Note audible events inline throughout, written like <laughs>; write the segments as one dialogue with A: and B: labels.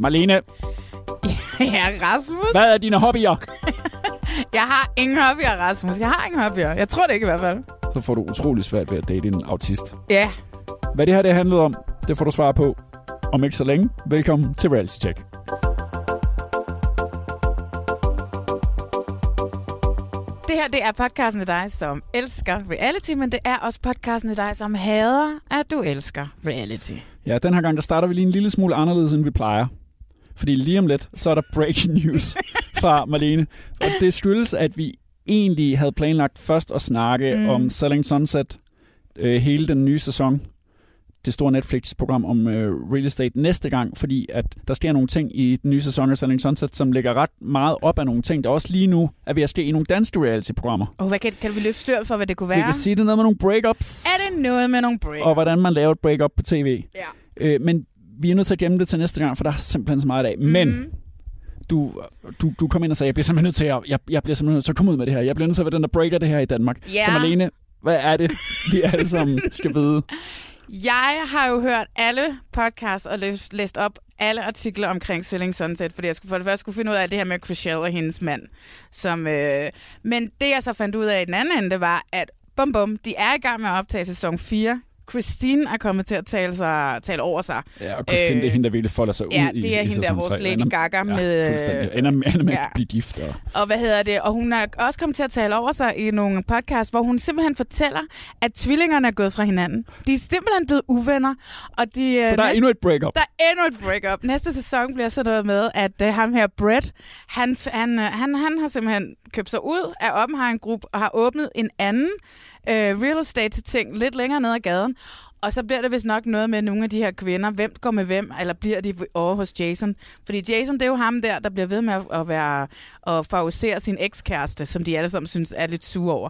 A: Marlene,
B: <laughs> ja, Rasmus.
A: hvad er dine hobbyer?
B: Jeg har ingen hobbyer, Rasmus. Jeg har ingen hobbyer. Jeg tror det ikke i hvert fald.
A: Så får du utrolig svært ved at date en autist.
B: Ja.
A: Hvad det her det handlede om, det får du svar på om ikke så længe. Velkommen til Reality Check.
B: Det her, det er podcasten til dig, som elsker reality, men det er også podcasten til dig, som hader, at du elsker reality.
A: Ja, den her gang, der starter vi lige en lille smule anderledes, end vi plejer. Fordi lige om lidt, så er der breaking <laughs> news fra Marlene. Og det skyldes, at vi egentlig havde planlagt først at snakke mm. om Selling Sunset øh, hele den nye sæson. Det store Netflix-program om øh, real estate næste gang, fordi at der sker nogle ting i den nye sæson af Selling Sunset, som ligger ret meget op af nogle ting, der også lige nu er ved at ske i nogle danske reality-programmer.
B: Og oh, hvad kan, kan vi løfte slør for, hvad det kunne
A: Vi
B: være?
A: kan sige, det er noget med nogle breakups,
B: Er det noget med nogle breaks?
A: og hvordan man laver et breakup på tv.
B: Ja.
A: Øh, men vi er nødt til at gemme det til næste gang, for der er simpelthen så meget i dag.
B: Mhm.
A: Men mm. du, du, du kom ind og sagde, jeg bliver simpelthen nødt til at, jeg, jeg bliver simpelthen nødt til at komme ud med det her. Jeg bliver nødt til at være den, der breaker det her i Danmark.
B: Ja.
A: Som alene, hvad er det, vi alle sammen skal vide?
B: Jeg har jo hørt alle podcasts og læst, læst op alle artikler omkring Selling Sunset, fordi jeg skulle for det første skulle finde ud af det her med Chriselle og hendes mand. Som, øh, men det, jeg så fandt ud af i den anden ende, det var, at bum bum, de er i gang med at optage sæson 4. Christine er kommet til at tale, sig, tale over sig.
A: Ja, og Christine, øh, det er hende, der virkelig folder sig
B: ja,
A: ud i
B: det er
A: i
B: hende, der er
A: sæson
B: vores
A: tre.
B: Lady
A: Ender-
B: Gaga
A: ja,
B: med, øh,
A: fuldstændig. Ender, med- ender med
B: ja. Øh,
A: at blive gift. Og,
B: Og hvad hedder det? Og hun er også kommet til at tale over sig i nogle podcast, hvor hun simpelthen fortæller, at tvillingerne er gået fra hinanden. De er simpelthen blevet uvenner. Og de, øh,
A: så der er
B: næste-
A: endnu et breakup.
B: Der er endnu et breakup. Næste sæson bliver så noget med, at øh, ham her, Brett, han, f- han, øh, han, han har simpelthen købt sig ud af Oppenheim Group og har åbnet en anden øh, real estate-ting lidt længere ned ad gaden. Og så bliver det vist nok noget med nogle af de her kvinder. Hvem går med hvem, eller bliver de over hos Jason? Fordi Jason, det er jo ham der, der bliver ved med at, at være og favorisere sin ekskæreste, som de alle sammen synes er lidt sure over.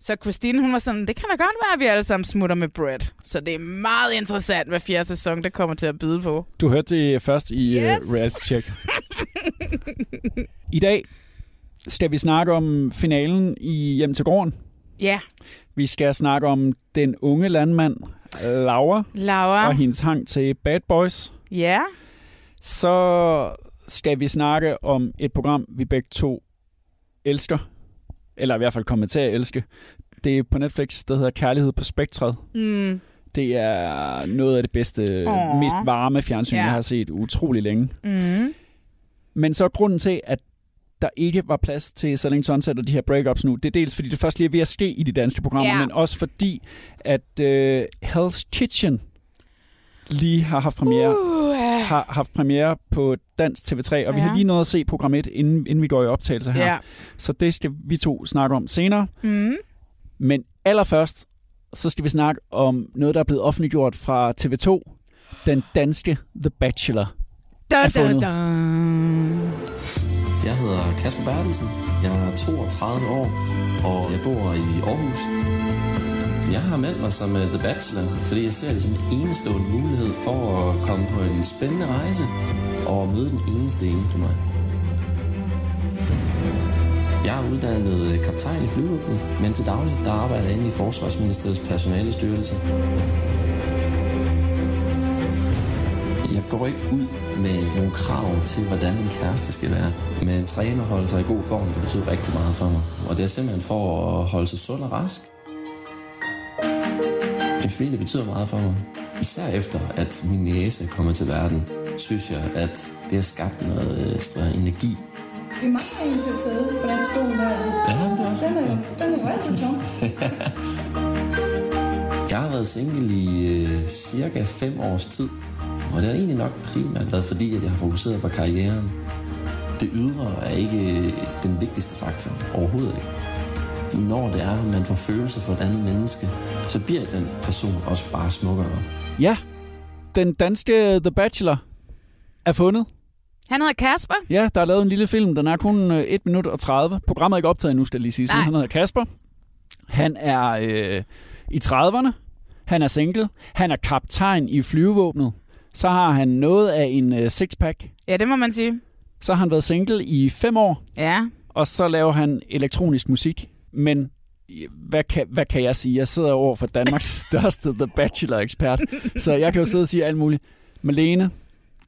B: Så Christine, hun var sådan, det kan da godt være, at vi alle sammen smutter med Brett. Så det er meget interessant, hvad fjerde sæson, der kommer til at byde på.
A: Du hørte det først i yes.
B: Yes.
A: uh, Reality
B: <laughs>
A: Check. I dag skal vi snakke om finalen i Hjem til Gården.
B: Ja,
A: Vi skal snakke om den unge landmand, Laura,
B: Laura.
A: og hendes hang til Bad Boys.
B: Ja,
A: Så skal vi snakke om et program, vi begge to elsker, eller i hvert fald kommer til at elske. Det er på Netflix, det hedder Kærlighed på Spektret.
B: mm,
A: Det er noget af det bedste,
B: Åh.
A: oh. mest varme fjernsyn,
B: Ja.
A: jeg har set utrolig længe.
B: mm,
A: Men så er grunden til, at der ikke var plads til Selling Sunset og de her breakups nu, det er dels fordi, det først lige er ved at ske i de danske programmer,
B: Ja.
A: men også fordi, at øh, Hell's Kitchen lige har haft premiere, uh. har haft premiere på Dansk TV3, og vi
B: Ja.
A: har lige nået at se program 1, inden, inden vi går i optagelse her.
B: ja.
A: Så det skal vi to snakke om senere.
B: Mm.
A: Men allerførst, så skal vi snakke om noget, der er blevet offentliggjort fra TV2. Den danske The Bachelor.
B: Da,
A: Er
B: da,
A: fundet.
B: da.
C: Jeg hedder Kasper Bertelsen. Jeg er 32 år, og jeg bor i Aarhus. Jeg har meldt mig som øh, The Bachelor, fordi jeg ser det som en enestående mulighed for at komme på en spændende rejse og møde den eneste ene for mig. Jeg er uddannet øh, kaptajn i flyvåbnet, men til daglig der arbejder jeg inde i Forsvarsministeriets personalestyrelse. Jeg går ikke ud med nogle krav til, hvordan en kæreste skal være. Men at træne og holde sig i god form, det betyder rigtig meget for mig. Og det er simpelthen for at holde sig sund og rask. En familie betyder meget for mig. især efter, at min næse er kommet til verden, synes jeg, at det har skabt noget ekstra energi.
D: Vi mangler en til at sidde på den stol der.
C: Ja, det er også
D: Den er jo, den er jo altid tom.
C: <laughs> Jeg har været single i øh, cirka 5 års tid, og det har egentlig nok primært været fordi, at jeg har fokuseret på karrieren. Det ydre er ikke øh, den vigtigste faktor, overhovedet ikke. Når det er, at man får følelser for et andet menneske, så bliver den person også bare smukkere.
A: Ja, den danske The Bachelor er fundet.
B: Han hedder Kasper.
A: Ja, der er lavet en lille film, den er kun øh, 1 minut og 30. Programmet er ikke optaget endnu, skal jeg lige sige. Så
B: Nej.
A: han hedder Kasper. Han er øh, i 30'erne. Han er single. Han er kaptajn i flyvevåbnet. Så har han noget af en øh, sixpack.
B: Ja, det må man sige.
A: Så har han været single i 5 år,
B: Ja.
A: og så laver han elektronisk musik. Men øh, hvad kan, hvad kan jeg sige? Jeg sidder over for Danmarks største The Bachelor-ekspert, så jeg kan jo sidde og sige alt muligt. Malene,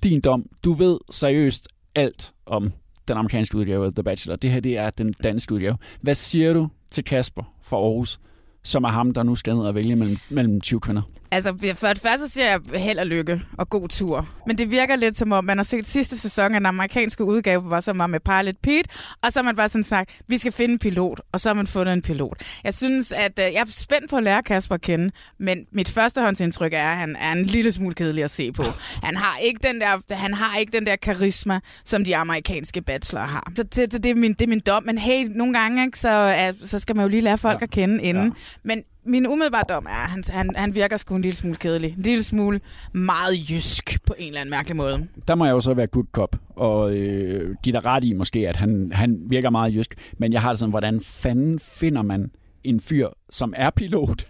A: din dom. Du ved seriøst alt om den amerikanske udgave af The Bachelor. Det her, det er den danske udgave. Hvad siger du til Kasper fra Aarhus, som er ham, der nu skal ned og vælge mellem, mellem 20 kvinder?
B: Altså, for det første siger jeg held og lykke og god tur. Men det virker lidt som om, man har set sidste sæson af den amerikanske udgave, hvor som var med Pilot Pete, og så har man bare sådan sagt, vi skal finde en pilot, og så har man fundet en pilot. Jeg synes, at øh, jeg er spændt på at lære Kasper at kende, men mit førstehåndsindtryk er, at han er en lille smule kedelig at se på. Han har ikke den der, han har ikke den der karisma, som de amerikanske bachelorer har. Så, det, så det, er min, det er min dom, men hey, nogle gange, ikke, så, øh, så skal man jo lige lære folk ja. at kende inden. Ja. Men min umiddelbare dom er, at han, han, han virker sgu en lille smule kedelig. En lille smule meget jysk på en eller anden mærkelig måde.
A: der må jeg jo så være good cop og øh, give dig ret i måske, at han, han virker meget jysk. Men jeg har det sådan, hvordan fanden finder man en fyr, som er pilot,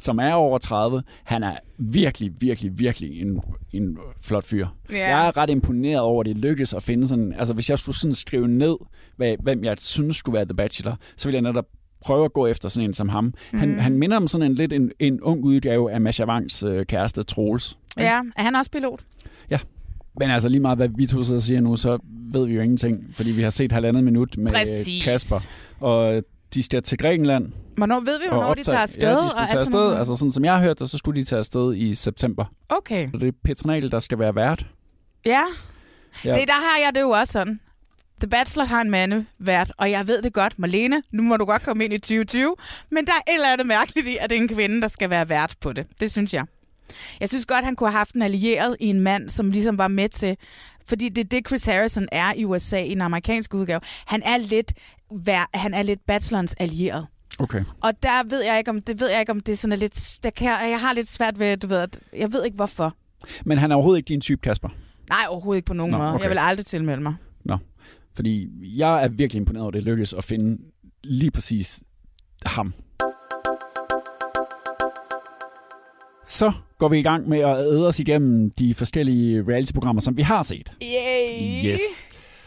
A: som er over 30. Han er virkelig, virkelig, virkelig en, en flot fyr.
B: Ja.
A: Jeg er ret imponeret over, at det lykkedes at finde sådan... Altså, hvis jeg skulle sådan skrive ned, hvad, hvem jeg synes skulle være The Bachelor, så ville jeg netop prøve at gå efter sådan en som ham. Mm. Han, han minder om sådan en lidt en, en ung udgave af Masha Wangs øh, kæreste, Troels.
B: Ja, er han også pilot?
A: Men altså lige meget, hvad vi to sidder og siger nu, så ved vi jo ingenting, fordi vi har set halvandet minut med øh,
B: Præcis.
A: Kasper. Og øh, de skal til Grækenland
B: Hvornår ved vi,
A: og
B: hvornår de
A: optage-
B: tager afsted?
A: Ja, de
B: og
A: skulle
B: alt
A: tage
B: sådan noget?
A: afsted. Altså sådan som jeg har hørt det, så skulle de tage afsted i september.
B: Okay,
A: Så det er Petronal, der skal være vært.
B: ja.
A: Ja.
B: ja. Det, der har jeg det jo også sådan. The Bachelor har en mandevært, og jeg ved det godt, Marlene, nu må du godt komme ind i 2020, men der er et eller andet mærkeligt i, at det er en kvinde, der skal være vært på det. Det synes jeg. Jeg synes godt, han kunne have haft en allieret i en mand, som ligesom var med til... Fordi det er det, Chris Harrison er i USA i den amerikanske udgave. Han er lidt, vær- han er lidt bachelorens allieret.
A: Okay.
B: Og der ved jeg ikke, om det, ved jeg ikke, om det er sådan er lidt... Der kan, jeg jeg har lidt svært ved, du ved, at- jeg ved ikke hvorfor.
A: Men han er overhovedet ikke din type, Kasper.
B: Nej, overhovedet ikke på nogen
A: Nå,
B: Nå, måde.
A: okay.
B: Okay. Jeg vil aldrig tilmelde mig.
A: Nå. Fordi jeg er virkelig imponeret over, at det lykkedes at finde lige præcis ham. Så går vi i gang med at æde os igennem de forskellige reality-programmer, som vi har set.
B: Yay!
A: Yes.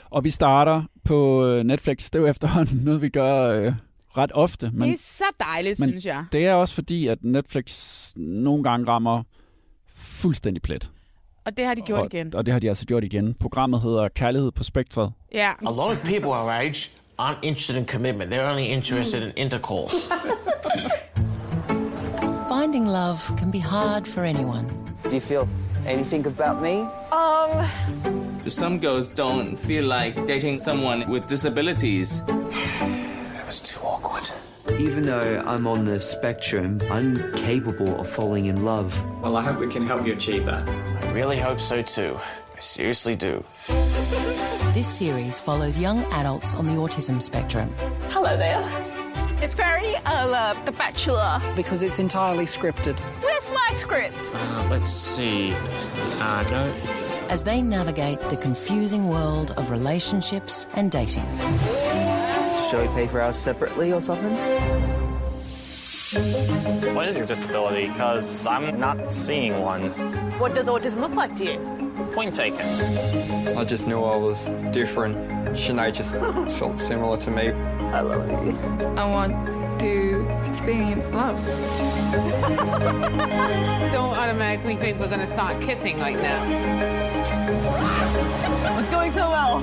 A: Og vi starter på øh, Netflix. Det er jo efterhånden <laughs> noget, vi gør øh, ret ofte. Men
B: Det er
A: det...
B: så dejligt,
A: men-
B: men, synes jeg.
A: det er også fordi, at Netflix nogle gange rammer fuldstændig plet.
B: Og det har de gjort
A: og,
B: igen.
A: Og det har de altså gjort igen. Programmet hedder Kærlighed på Spektret.
B: Ja.
E: A lot of people our age aren't interested in commitment. They're only interested in intercourse.
F: Finding love can be hard for anyone.
G: Do you feel anything about me?
H: Some girls don't feel like dating someone with disabilities. <sighs>
G: Even though I'm on the spectrum, I'm capable of falling in love.
H: Well, I hope we can help you achieve that.
E: I really hope so too. I seriously do.
F: This series follows young adults on the autism spectrum.
D: Hello there. It's very uh, The Bachelor.
F: Because it's entirely scripted.
D: Where's my script?
E: Uh, let's see. Uh, no.
F: As they navigate the confusing world of relationships and dating.
G: Shall we pay for ours separately or something?
H: What is your disability? Because I'm not seeing one.
D: What does autism look like to you?
H: Point taken.
G: I just knew I was different. Shanae just <laughs> felt similar to me.
D: I love you. I want to experience love. Don't automatically think we're going to start kissing right now. It's going so well.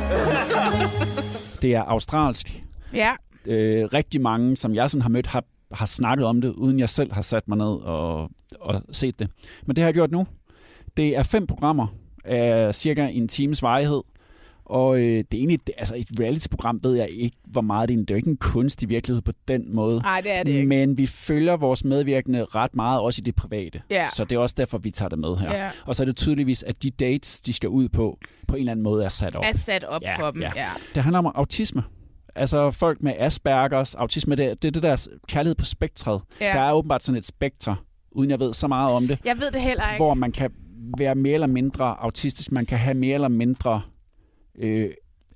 A: Det er australsk.
B: Ja.
A: Øh, rigtig mange, som jeg sådan har mødt, har, har snakket om det, uden jeg selv har sat mig ned og, og set det. Men det har jeg gjort nu. Det er fem programmer af cirka en times varighed, og øh, det er egentlig, det, altså et reality-program ved jeg ikke, hvor meget det er. Det er jo ikke en kunstig virkelighed på den måde.
B: Nej, det er det ikke.
A: Men vi følger vores medvirkende ret meget, også i det private.
B: Ja.
A: Så det er også derfor, vi tager det med her.
B: Ja.
A: Og så er det tydeligvis, at de dates, de skal ud på, på en eller anden måde er sat op.
B: Er sat op for dem, ja.
A: Det handler om autisme. Altså folk med Aspergers, autisme, det, er- det er det deres kærlighed på spektret.
B: Ja.
A: Der er åbenbart sådan et spekter, uden jeg ved så meget om det
B: Jeg ved det heller ikke.
A: hvor man kan være mere eller mindre autistisk, man kan have mere eller mindre øh,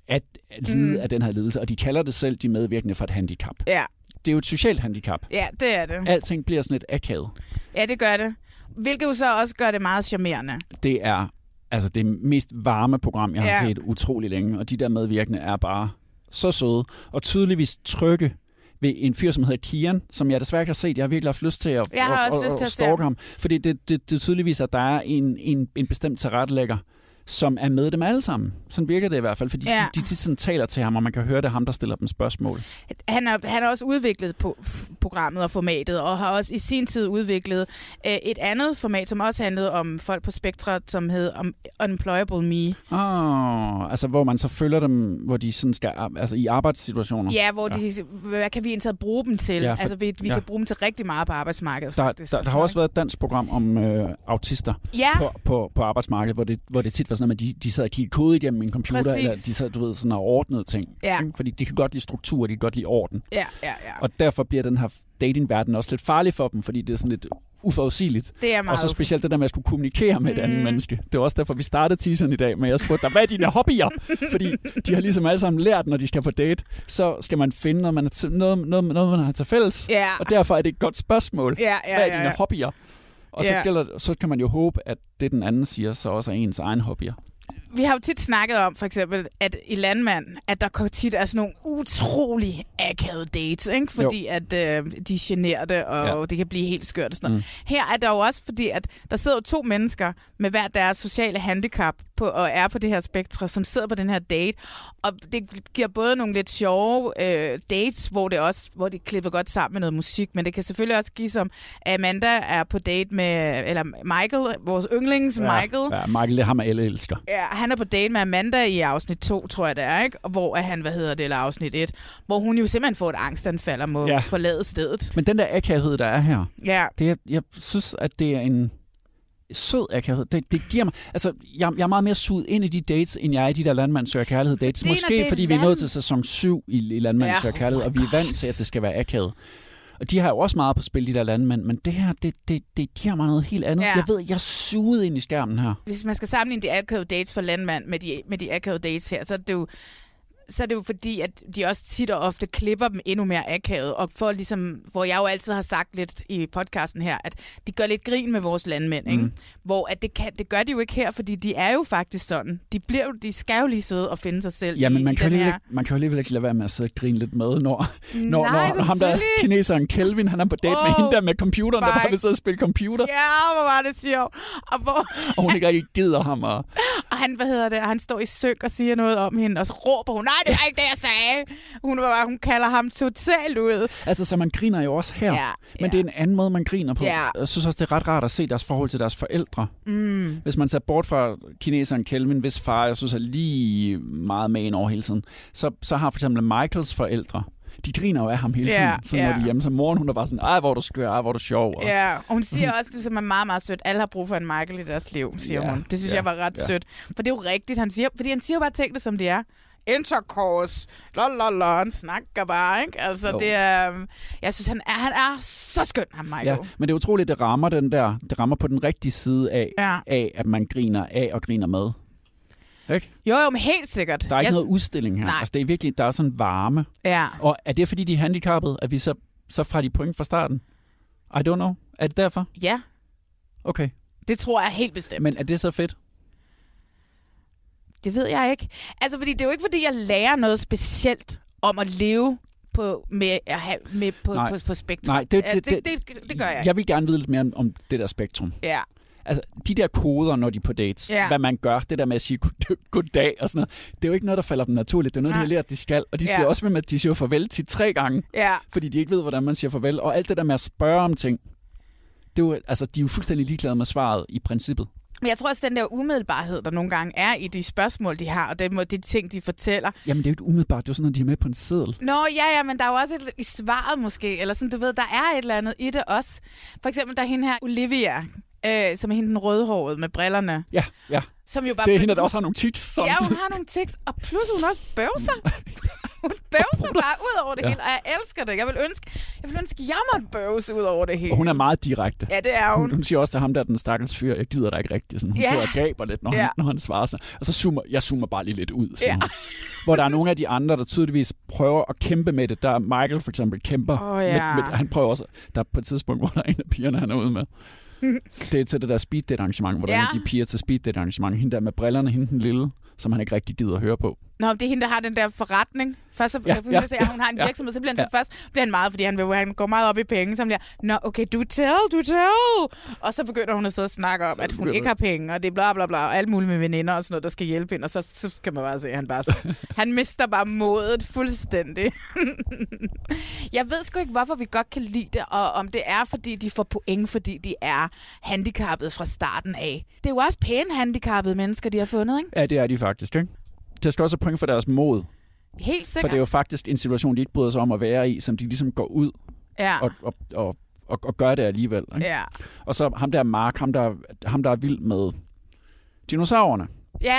A: at, at lide
B: Mm.
A: af den her lidelse, og de kalder det selv de medvirkende for et handicap.
B: Ja.
A: Det er jo et socialt handicap.
B: Ja, det er det.
A: Alting bliver sådan et akavet.
B: Ja, det gør det. Hvilket jo så også gør det meget charmerende.
A: Det er altså det mest varme program, jeg har
B: Ja.
A: set utrolig længe, og de der medvirkende er bare så søde, og tydeligvis trygge ved en fyr, som hedder Kian, som jeg desværre ikke har set. Jeg har virkelig haft lyst til at,
B: Jeg har
A: at,
B: også lyst til at se
A: stalke
B: ham.
A: ham. Fordi det, det, det er tydeligvis, at der er en, en, en bestemt tilrettelægger, som er med dem alle sammen. Sådan virker det i hvert fald, fordi
B: Ja.
A: ja. de, de tit sådan taler til ham, og man kan høre, det er ham, der stiller dem spørgsmål.
B: Han har, han har også udviklet på f- programmet og formatet, og har også i sin tid udviklet øh, et andet format, som også handlede om folk på spektret, som hed om Unemployable Me.
A: Oh, altså, hvor man så følger dem, hvor de sådan skal, altså i arbejdssituationer.
B: Ja, hvor de, hvad kan vi egentlig bruge dem til?
A: Ja,
B: Ja,
A: for-
B: for, altså, vi, vi
A: ja.
B: kan bruge dem til rigtig meget på arbejdsmarkedet,
A: Der,
B: faktisk.
A: der, der har også været et dansk program om øh, autister
B: Ja.
A: på, på, på arbejdsmarkedet, hvor det, hvor det tit var sådan, at de, de sad og kiggede kode igennem en computer,
B: Præcis.
A: eller de sad, du ved, sådan og ordnede ting.
B: Ja.
A: Ikke? Fordi de kan godt lide struktur, de kan godt lide orden.
B: Ja, ja, ja.
A: Og derfor bliver den her datingverden også lidt farlig for dem, fordi det er sådan lidt uforudsigeligt.
B: Det er meget Mm.
A: og så specielt det der med at skulle kommunikere med et andet menneske. Det var også derfor, vi startede teaseren i dag, men jeg spurgte dig, hvad er dine
B: <laughs>
A: hobbyer? Fordi de har ligesom alle sammen lært, når de skal på date, så skal man finde noget, man har til, noget, noget, noget, man har til fælles.
B: Ja.
A: Og derfor er det et godt spørgsmål.
B: Ja, ja,
A: hvad er
B: ja,
A: dine
B: ja.
A: hobbyer? Og så,
B: Ja.
A: gælder, så kan man jo håbe, at det, den anden siger, så også er ens egen hobbyer.
B: Vi har jo tit snakket om, for eksempel, at i Landmand, at der går tit er sådan nogle utrolig akavede dates, ikke? fordi at øh, de er generte, og
A: Ja.
B: ja. det kan blive helt skørt og sådan noget. Mm. Her er der jo også, fordi at der sidder jo to mennesker med hver deres sociale handicap på, og er på det her spektre, som sidder på den her date, og det giver både nogle lidt sjove øh, dates, hvor det også hvor det klipper godt sammen med noget musik, men det kan selvfølgelig også give som Amanda er på date med, eller Michael, vores yndlings ja. Michael,
A: Ja, Michael, det er ham, alle elsker.
B: Ja, han er på date med Amanda i afsnit 2, tror jeg det er, ikke? Og Hvor er han, hvad hedder det, eller afsnit 1, hvor hun jo simpelthen får et angstanfald og må
A: Ja.
B: ja. forlade stedet.
A: Men den der akavhed, der er her,
B: Ja,
A: Det, er- jeg synes, at det er en sød akavighed. Det, det giver mig... Altså, jeg, jeg er meget mere suget ind i de dates, end jeg er i de der landmand søger kærlighed dates.
B: Fordi når
A: Måske
B: det er
A: fordi vi er nået
B: land-
A: til sæson 7 i, i landmand
B: Ja. Oh
A: søger kærlighed, og vi er vant til, at det skal være akavet. Og de har jo også meget på spil, de der landmænd, men det her, det, det, det giver mig noget helt andet.
B: Ja.
A: Ja. Jeg ved, jeg er suget ind i skærmen her.
B: hvis man skal sammenligne de akavede dates for landmand med de, med de akavede dates her, så er det jo så er det jo fordi, at de også tit og ofte klipper dem endnu mere akavet, og for ligesom, hvor jeg jo altid har sagt lidt i podcasten her, at de gør lidt grin med vores landmænd, ikke? Mm. hvor at det, kan, det gør de jo ikke her, fordi de er jo faktisk sådan. De, bliver, jo- de skal jo lige sidde og finde sig selv
A: Ja, men
B: i,
A: man
B: i
A: kan, jo
B: den
A: alligevel
B: her.
A: ikke, man kan jo alligevel ikke lade være med at sidde og grine lidt med, når, når,
B: Nej,
A: når, når ham der
B: selvfølgelig.
A: kineseren Kelvin, han er på date oh, med
B: Åh,
A: hende der med computeren, der bare
B: fuck.
A: vil sidde og spille computer, yeah.
B: <laughs> Ja, hvor var det sjovt. Og, hvor,
A: og hun ikke rigtig gider ham. Og,
B: <laughs> og han, hvad hedder det, han står i synk og siger noget om hende, og så råber hun, nej, det var ikke det, jeg sagde. Hun, var bare- hun kalder ham totalt ud.
A: Altså, så man griner jo også her.
B: Ja,
A: men det er en anden måde, man griner på.
B: Ja.
A: Jeg synes også, det er ret rart at se deres forhold til deres forældre. Mm. Hvis man ser bort fra kineseren Kelvin, hvis far, jeg synes, er lige meget med ind over hele tiden, så, så har for eksempel Michaels forældre, de griner jo af ham hele tiden,
B: Ja,
A: sådan, når
B: ja.
A: de er hjemme. Så moren, hun er bare sådan, ej, hvor er du skør, ej, hvor er du sjov. Og,
B: Ja, og hun siger også, det som er meget, meget sødt, alle har brug for en Michael i deres liv, siger
A: Ja,
B: hun. Det synes
A: ja,
B: jeg var ret
A: ja.
B: sødt. For det er jo rigtigt, han siger, fordi han siger jo bare tingene, som de er. Intercourse, lololol, han snakker bare, ikke? Altså,
A: Jo.
B: det er... øhm, Jeg synes, han er, han er så skøn, ham Michael.
A: Ja, men det er utroligt, det rammer den der, det rammer på den rigtige side af,
B: Ja.
A: af at man griner af og griner med. Ikke?
B: Jo, jo, men helt sikkert.
A: Der er ikke
B: Jeg-
A: noget udstilling her.
B: Nej.
A: Altså, det er virkelig, der er sådan varme.
B: Ja.
A: Og er det, fordi de er handicappede, at vi så, så fra de point fra starten? I don't know. Er det derfor?
B: ja,
A: Okay.
B: det tror jeg helt bestemt.
A: Men er det så fedt?
B: Det ved jeg ikke. Altså, fordi det er jo ikke, fordi jeg lærer noget specielt om at leve på, med, at have, med, på,
A: Nej.
B: på, på spektrum.
A: Nej, det,
B: Ja,
A: det,
B: det, det, det, det gør jeg ikke.
A: Jeg vil gerne vide lidt mere om, om det der spektrum.
B: Ja.
A: Altså, de der koder, når de er på dates,
B: Ja.
A: hvad man gør, det der med at sige god- <laughs> goddag og sådan noget, det er jo ikke noget, der falder dem naturligt. Det er noget, de
B: Nej.
A: har lært, de skal. Og de
B: Ja.
A: bliver også ved med, at de siger farvel til tre gange,
B: Ja.
A: fordi de ikke ved, hvordan man siger farvel. Og alt det der med at spørge om ting, det er jo, altså, de er jo fuldstændig ligeglade med svaret i princippet.
B: Men jeg tror også, den der umiddelbarhed, der nogle gange er i de spørgsmål, de har, og den måde, de ting, de fortæller.
A: Jamen, det er jo ikke umiddelbart. Det er jo sådan noget, de er med på en seddel.
B: Nå, ja, ja, men der er jo også et, i svaret måske, eller sådan, du ved, der er et eller andet i det også. For eksempel, der er hende her, Olivia, øh, som er hende den rødhårede med brillerne.
A: Ja, ja.
B: Som jo bare
A: Det er hende, der også har nogle tics. Som...
B: Ja, hun har nogle tics, og plus hun også bøvser. Hun bøvser bare ud over det
A: Ja.
B: ja. hele, og jeg elsker det. Jeg vil ønske, jeg vil ønske, jeg måtte bøvse ud over det hele.
A: Og hun er meget direkte.
B: Ja, det er hun.
A: Hun, hun siger også til ham der, den stakkels fyr, jeg gider dig ikke rigtigt. Sådan, hun
B: Ja.
A: ja. sidder og gaber lidt, når, ja.
B: Ja.
A: han, når han svarer sådan. Og så zoomer, jeg zoomer bare lige lidt ud. Sådan.
B: Ja.
A: Hvor der er nogle af de andre, der tydeligvis prøver at kæmpe med det. Der er Michael for eksempel kæmper.
B: Åh, ja.
A: med, med, han prøver også, der er på et tidspunkt, hvor der er en af pigerne, han er
B: <laughs>
A: ude med. Det er til det der speed date arrangement, hvor der er en af
B: Ja.
A: de piger til speed date arrangement. Hende der med brillerne, hende den lille, som han ikke rigtig gider at høre på.
B: Nå, det er hende, der har den der forretning. Først så,
A: Ja,
B: ja, hun,
A: ja,
B: ja, siger, at hun har en
A: ja,
B: virksomhed, så bliver han
A: ja.
B: så først bliver han meget, fordi han, vil, han går meget op i penge. Så han bliver, nå, okay, du tell, du tell. Og så begynder hun at sidde og snakke om, at hun
A: begynder-
B: ikke har penge, og det er bla bla bla, og alt muligt med veninder og sådan noget, der skal hjælpe hende. Og så, så kan man bare se, at han bare så,
A: <laughs>
B: han mister bare modet fuldstændig. Jeg ved sgu ikke, hvorfor vi godt kan lide det, og om det er, fordi de får point, fordi de er handicappede fra starten af. Det er jo også pæne handicappede mennesker, de har fundet, ikke?
A: Ja, det er de faktisk, ikke? Der skal også have point for deres mod.
B: Helt sikkert.
A: For det er jo faktisk en situation, de ikke bryder sig om at være i, som de ligesom går ud
B: Ja.
A: og, og, og, og, og gør det alligevel. Ikke?
B: Ja.
A: Og så ham der Mark, ham der, ham der er vild med dinosaurerne.
B: Ja.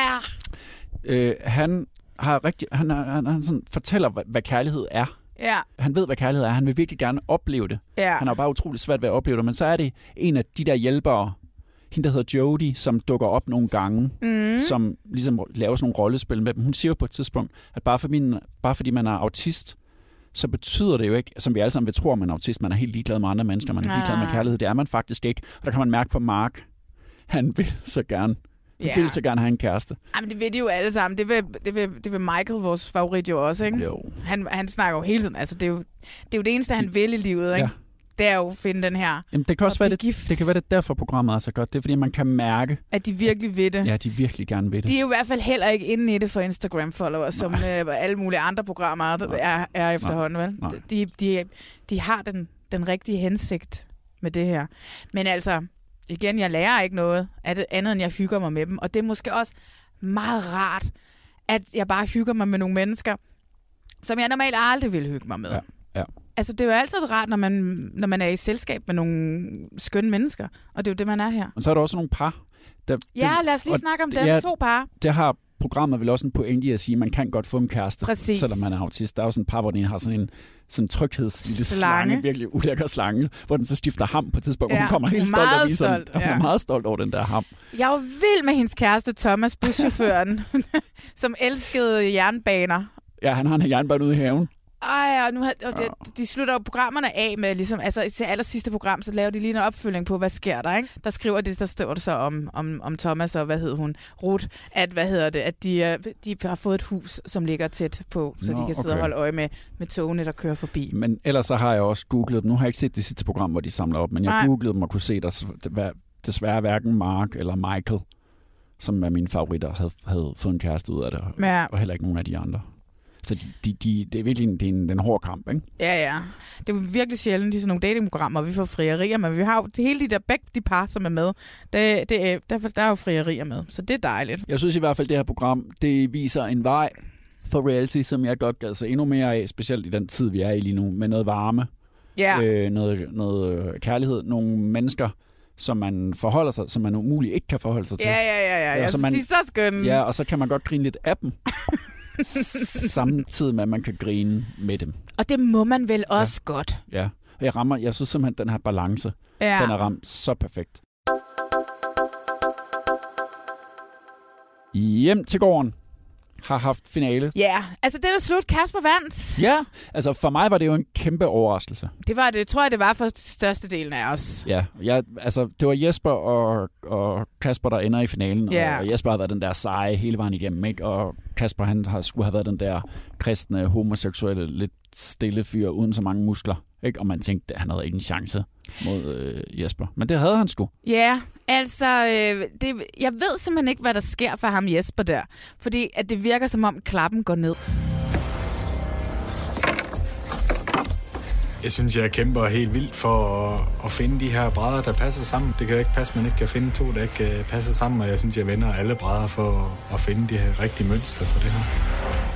A: Øh, han har rigtig, han, har- han, han sådan fortæller, hvad, hvad kærlighed er.
B: Ja.
A: Han ved, hvad kærlighed er. Han vil virkelig gerne opleve det.
B: Ja.
A: Han har jo bare utrolig svært ved at opleve det. Men så er det en af de der hjælpere, hende der hedder Jody, som dukker op nogle gange,
B: Mm.
A: som ligesom laver sådan nogle rollespil med dem. Hun siger jo på et tidspunkt, at bare fordi, man, bare fordi man er autist, så betyder det jo ikke, som vi alle sammen vil tro, at man er autist, man er helt ligeglad med andre mennesker, man er
B: Nej.
A: ligeglad med kærlighed. Det er man faktisk ikke. Og der kan man mærke på Mark, han vil så gerne. Han
B: Ja.
A: vil så gerne have en kæreste.
B: Jamen, det ved de jo alle sammen. Det vil, det vil, det vil Michael, vores favorit, jo også, ikke?
A: Jo.
B: Han, han snakker jo hele tiden. Altså, det er jo det, er jo det eneste, han vil i livet, ikke?
A: Ja.
B: Ja. Det er jo at finde den her.
A: Jamen, det kan også
B: Og
A: være,
B: blive
A: det, det kan være, det er derfor programmet er så godt. Det er, fordi man kan mærke,
B: At de virkelig vil det.
A: ja, de virkelig gerne vil det.
B: De er jo i hvert fald heller ikke inde i det for Instagram-followers, som øh, alle mulige andre programmer er, er, er efterhånden, vel?
A: Nej.
B: De, de, de har den, den rigtige hensigt med det her. Men altså, igen, jeg lærer ikke noget af det andet, end jeg hygger mig med dem. Og det er måske også meget rart, at jeg bare hygger mig med nogle mennesker, som jeg normalt aldrig ville hygge mig med. Ja.
A: Ja.
B: Altså, det er jo altid rart, når man, når man er i selskab med nogle skønne mennesker. Og det er jo det, man er her.
A: Men så er der også nogle par. Der,
B: Ja,
A: det-
B: lad os lige
A: og
B: snakke om
A: det-
B: dem.
A: ja,
B: To par.
A: det har programmet vel også en pointe i at sige, at man kan godt få en kæreste,
B: Præcis.
A: selvom man er autist. Der er jo sådan et par, hvor den ene har sådan en sådan tryghedslille slange.
B: Slange.
A: slange, virkelig ulækker slange, hvor den så skifter ham på et tidspunkt, ja. hvor
B: Ja,
A: hun kommer helt
B: hun er
A: stolt og
B: meget
A: viser,
B: stolt,
A: ja. hun er
B: ja.
A: meget stolt over den der ham.
B: Jeg var vild med hendes kæreste Thomas, buschaufføren, som elskede jernbaner.
A: Ja, han har en jernbane ude i haven.
B: Ej, og nu har, og det, de slutter jo programmerne af med, ligesom, altså til aller sidste program, så laver de lige en opfølging på, hvad sker der, ikke? Der skriver det, der står det så om, om, om Thomas og, hvad hed hun, Ruth, at, hvad hedder det, at de, øh, de har fået et hus, som ligger tæt på, så
A: Nå,
B: Nå, de kan sidde
A: okay.
B: og holde øje med, med togene, der kører forbi.
A: Men ellers så har jeg også googlet dem. Nu har jeg ikke set det sidste program, hvor de samler op, men jeg
B: Nej.
A: googlede dem og kunne se, der s- hva- desværre hverken Mark eller Michael, som er mine favoritter, havde, havde fået en kæreste ud af det,
B: Ja.
A: og heller ikke nogen af de andre. Så de, de, de, det er virkelig en, det er en, det er en hård kamp, ikke?
B: Ja, ja. Det er jo virkelig sjældent, de er sådan nogle datingprogrammer, vi får frierier, men vi har jo det hele de der begge de par, som er med, det, det, er- der, der er jo frierier med, så det er dejligt.
A: Jeg synes i hvert fald, det her program, det viser en vej for reality, som jeg godt gad se endnu mere af, specielt i den tid, vi er i lige nu, med noget varme,
B: Ja, øh.
A: øh, noget, noget øh, kærlighed, nogle mennesker, som man forholder sig, som man umuligt ikke kan forholde sig til.
B: ja, ja, ja, ja.
A: Ja,
B: ja. Jeg
A: så
B: så
A: man-
B: man... så skønne.
A: Ja, og så kan man godt grine lidt af dem, samtidig med, at man kan grine med dem.
B: Og det må man vel også ja. godt.
A: Ja. Og jeg rammer, jeg synes simpelthen, den her balance, ja.
B: Ja.
A: den er ramt så perfekt. Hjem til gården har haft finale.
B: Ja, altså det er da slut. Kasper vandt.
A: Ja, altså for mig var det jo en kæmpe overraskelse.
B: Det var det, tror jeg, det var for størstedelen af os.
A: Ja, jeg, altså det var Jesper og, og Kasper, der ender i finalen,
B: Ja.
A: og Jesper har været den der seje hele vejen igennem, ikke? og Kasper han har, skulle have været den der kristne, homoseksuelle, lidt stille fyr uden så mange muskler. Ikke? Og man tænkte, at han havde ikke en chance mod øh, Jesper. Men det havde han sgu.
B: Ja, altså, øh, det, jeg ved simpelthen ikke, hvad der sker for ham Jesper der. Fordi at det virker som om, klappen går ned.
I: Jeg synes, jeg kæmper helt vildt for at, at finde de her brædder, der passer sammen. Det kan jo ikke passe, man ikke kan finde to, der ikke øh, passer sammen. Og jeg synes, jeg vender alle brædder for at, at finde de her rigtige mønstre på det her.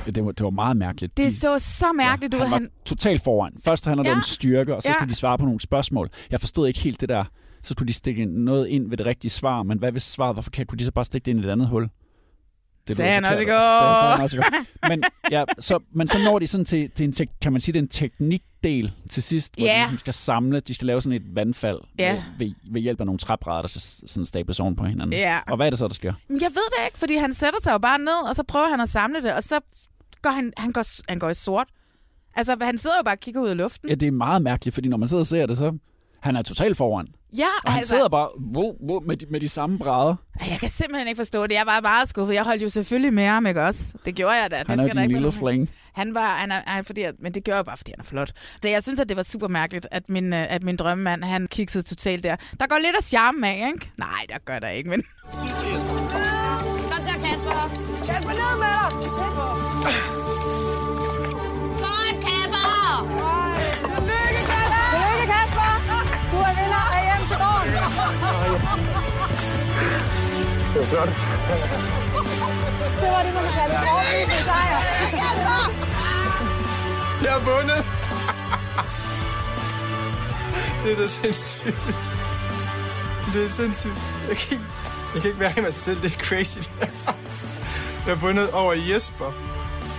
A: Ja, det, var, det var meget mærkeligt.
B: Det så så mærkeligt ja, ud.
A: Han var
B: Han,
A: totalt foran. Først handler det
B: Ja.
A: om styrke, og så
B: Ja.
A: ja. skulle de svare på nogle spørgsmål. Jeg forstod ikke helt det der. Så skulle de stikke noget ind ved det rigtige svar, men hvad hvis svaret var forkert? Kunne de så bare stikke det ind i et andet hul? Det
B: Sagde
A: lød
B: han
A: forkert.
B: også i
A: Det
B: går.
A: sagde han også i går. Men, ja, så, men så når de sådan til, til en, tek, kan man sige, det er en teknikdel til sidst, hvor
B: Ja.
A: de ligesom skal samle, de skal lave sådan et vandfald
B: Ja.
A: ved, ved, ved hjælp af nogle træbrædder, der så sådan stables oven på hinanden.
B: Ja.
A: Og hvad er det så, der sker?
B: jeg ved det ikke, fordi han sætter sig jo bare ned, og så prøver han at samle det, og så går han, han, går, han går i sort. Altså, han sidder jo bare og kigger ud i luften.
A: Ja, det er meget mærkeligt, fordi når man sidder og ser det, så han er totalt foran.
B: Ja,
A: Og han
B: altså,
A: sidder bare wow, wow, med, de, med de samme brædder.
B: jeg kan simpelthen ikke forstå det. Jeg var meget skuffet. Jeg holdt jo selvfølgelig med ham, ikke også? Det gjorde jeg da. det
A: Han er
B: skal
A: jo
B: der
A: din
B: ikke være
A: lille
B: nogen-
A: fling.
B: Han var, han er, han, fordi, at- men det gjorde jeg bare, fordi han er flot. Så jeg synes, at det var super mærkeligt, at min, øh, at min drømmemand, han kiksede totalt der. Der går lidt af charme af, ikke? Nej, der gør der ikke, men...
J: Kom så, Kasper. Kasper, ned med dig. Godt, Kasper. Tillykke, Kasper. Tillykke, Kasper. Du er vinder af hjem til gården.
K: Det var flot.
J: Det var det, man kan kalde en overbevisende sejr. Kasper.
I: Jeg har vundet! <laughs> det er da sindssygt. Det er sindssygt. Jeg kan ikke, jeg kan ikke være i mig selv. Det er crazy. det her. Jeg har vundet over Jesper.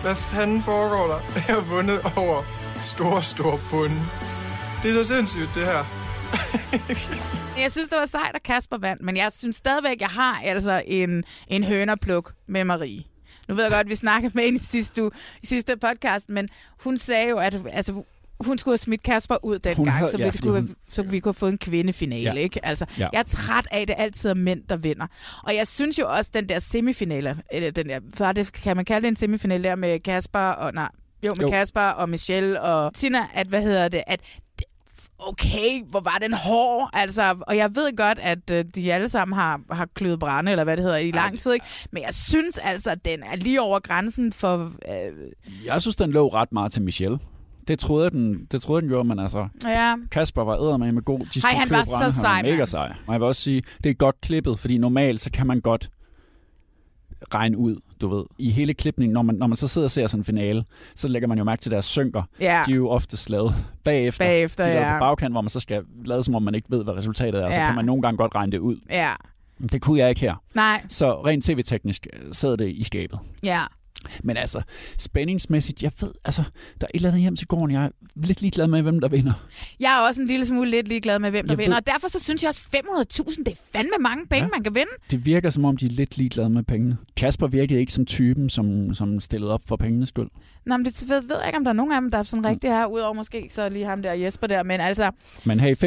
I: Hvad fanden foregår der? Jeg har vundet over store, store bunden. Det er så sindssygt, det her.
B: Jeg synes, det var sejt, at Kasper vandt, men jeg synes stadigvæk, jeg har altså en, en hønerpluk med Marie. Nu ved jeg godt, at vi snakkede med hende i sidste, uge, i sidste podcast, men hun sagde jo, at altså, hun skulle have smidt Kasper ud den
A: Hun
B: gang,
A: havde-
B: så, vi
A: ja,
B: ja,
A: fordi
B: kunne,
A: hun-
B: hun... så vi kunne have fået en kvindefinale.
A: Ja.
B: Ja. Ikke? Altså,
A: Ja.
B: ja. Jeg er træt af, at det altid er mænd, der vinder. Og jeg synes jo også, den der semifinale, eller den der, var det, kan man kalde det en semifinale der med Kasper og, nej, jo, med
A: Jo.
B: jo. Kasper og Michelle og Tina, at hvad hedder det, at okay, hvor var den hård, altså, og jeg ved godt, at øh, de alle sammen har, har kløet brænde, eller hvad det hedder, i lang tid, ikke? men jeg synes altså, at den er lige over grænsen for... Øh,
A: Jeg synes, den lå ret meget til Michelle. Det troede jeg, den, det troede jeg, den gjorde, men altså...
B: ja.
A: Kasper var eddermame med god. De
B: Ej, han var så sej,
A: Han var mega
B: mand.
A: sej. Og jeg vil også sige, det er godt klippet, fordi normalt så kan man godt regne ud, du ved. I hele klipningen, når man, når man så sidder og ser sådan en finale, så lægger man jo mærke til deres synker.
B: Ja.
A: De er jo ofte lavet bagefter.
B: Bagefter,
A: de er lavet på
B: ja.
A: bagkant, hvor man så skal lade som om man ikke ved, hvad resultatet er. Så
B: Ja.
A: kan man nogle gange godt regne det ud.
B: Ja,
A: Det kunne jeg ikke her.
B: nej,
A: Så rent tv-teknisk øh, sad det i skabet.
B: ja.
A: Men altså, spændingsmæssigt, jeg ved, altså, der er et eller andet hjem til gården, jeg er lidt ligeglad med, hvem der vinder.
B: Jeg er også en lille smule lidt ligeglad med, hvem der
A: Jeg
B: jeg
A: ved-
B: vinder, og derfor så synes jeg også 500.000, det er fandme mange penge, ja. man kan vinde.
A: Det virker, som om de er lidt ligeglade med pengene. Kasper virkede ikke som typen, som, som stillede op for pengenes skyld.
B: Nå, men det ved, ved jeg ikke, om der er nogen af dem, der er
A: Mm.
B: sådan rigtig her, udover måske så lige ham der Jesper der, men altså,
A: Men hey, 500.000,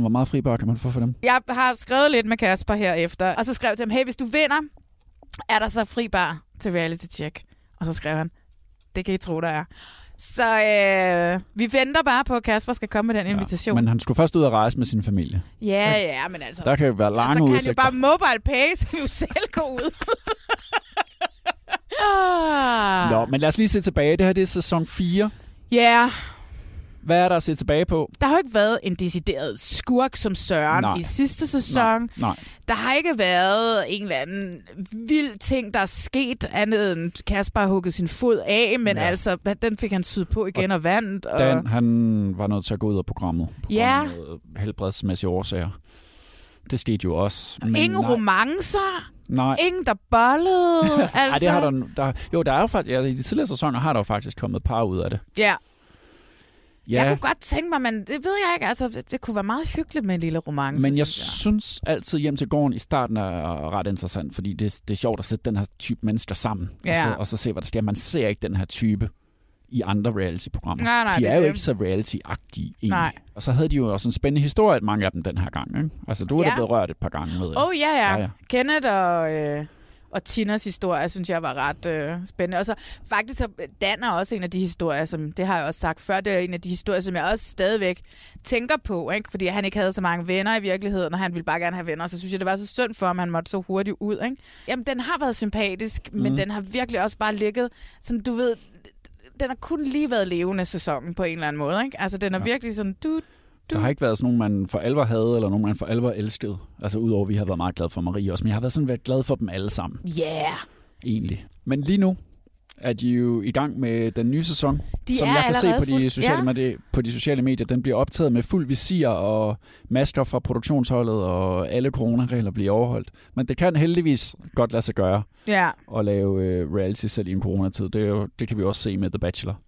A: hvor meget fribar kan man få for dem?
B: jeg har skrevet lidt med Kasper herefter, og så skrev jeg til ham, hey, hvis du vinder, er der så fri bar til reality check? Og så skrev han, det kan I tro, der er. Så øh, vi venter bare på, at Kasper skal komme med den invitation.
A: Men han skulle først ud og rejse med sin familie.
B: Ja, ja, men altså...
A: Der kan jo være
B: så
A: lange
B: kan han jo
A: udsigter.
B: bare mobile pay, så vi jo selv går ud.
A: <laughs>
B: Ah.
A: Nå, men lad os lige se tilbage. Det her det er sæson 4.
B: Ja, yeah.
A: Hvad er der at se tilbage på?
B: der har jo ikke været en decideret skurk som Søren
A: Nej.
B: i sidste sæson.
A: Nej.
B: Der har ikke været en eller anden vild ting, der er sket, andet end Kasper har hugget sin fod af, men ja. altså, den fik han syd på igen og, og vandt. Og...
A: Dan, han var nødt til at gå ud af programmet.
B: øh, Ja.
A: På grund af helbredsmæssige årsager. Det skete jo også. Men
B: Ingen
A: nej,
B: romancer,
A: Nej.
B: ingen der bollede. altså.
A: <laughs> Ej, det har der, der, jo, der er jo faktisk, ja, i de tidligere sæsoner har der jo faktisk kommet et par ud af det.
B: Ja.
A: Ja,
B: Jeg kunne godt tænke mig, men det ved jeg ikke, altså, det, det kunne være meget hyggeligt med en lille romance.
A: men jeg
B: synes
A: synes altid hjem til gården i starten er ret interessant, fordi det, det er sjovt at sætte den her type mennesker sammen, og,
B: Ja.
A: så, og så se, hvad der sker. Man ser ikke den her type i andre reality-programmer.
B: Nej, nej,
A: de
B: det
A: er
B: er
A: jo
B: det.
A: ikke så reality-agtige egentlig.
B: Nej.
A: Og så havde de jo også en spændende historie, at mange af dem den her gang. Ikke? Altså, du er da
B: Ja.
A: blevet rørt et par gange med.
B: jeg. Oh, ja, ja.
A: Ja, ja.
B: Kenneth og... Øh, Og Tinas historie, synes jeg, var ret øh, spændende. Og så faktisk så øh, Dan er også en af de historier, som det har jeg også sagt før, det er en af de historier, som jeg også stadigvæk tænker på, ikke? fordi han ikke havde så mange venner i virkeligheden, og han ville bare gerne have venner, så synes jeg, det var så synd for ham, han måtte så hurtigt ud. Ikke? Jamen, den har været sympatisk, men
A: Mhm.
B: mm. den har virkelig også bare ligget, sådan du ved, den har kun lige været levende sæsonen på en eller anden måde. Ikke? Altså, den er ja. virkelig sådan, du,
A: Der har ikke været sådan nogen, man for alvor havde, eller nogen, man for alvor elskede. Altså udover, at vi har været meget glade for Marie også, men jeg har været sådan været glad for dem alle sammen,
B: yeah.
A: egentlig. Men lige nu er de jo i gang med den nye sæson,
B: De
A: som
B: er
A: jeg kan se
B: allerede
A: på de,
B: fuld-
A: sociale,
B: ja.
A: medier, på de sociale medier. Den bliver optaget med fuld visir og masker fra produktionsholdet, og alle coronaregler bliver overholdt. Men det kan heldigvis godt lade sig gøre
B: Ja.
A: at lave øh, reality selv i en coronatid. Det, er jo, det kan vi også se med The Bachelor,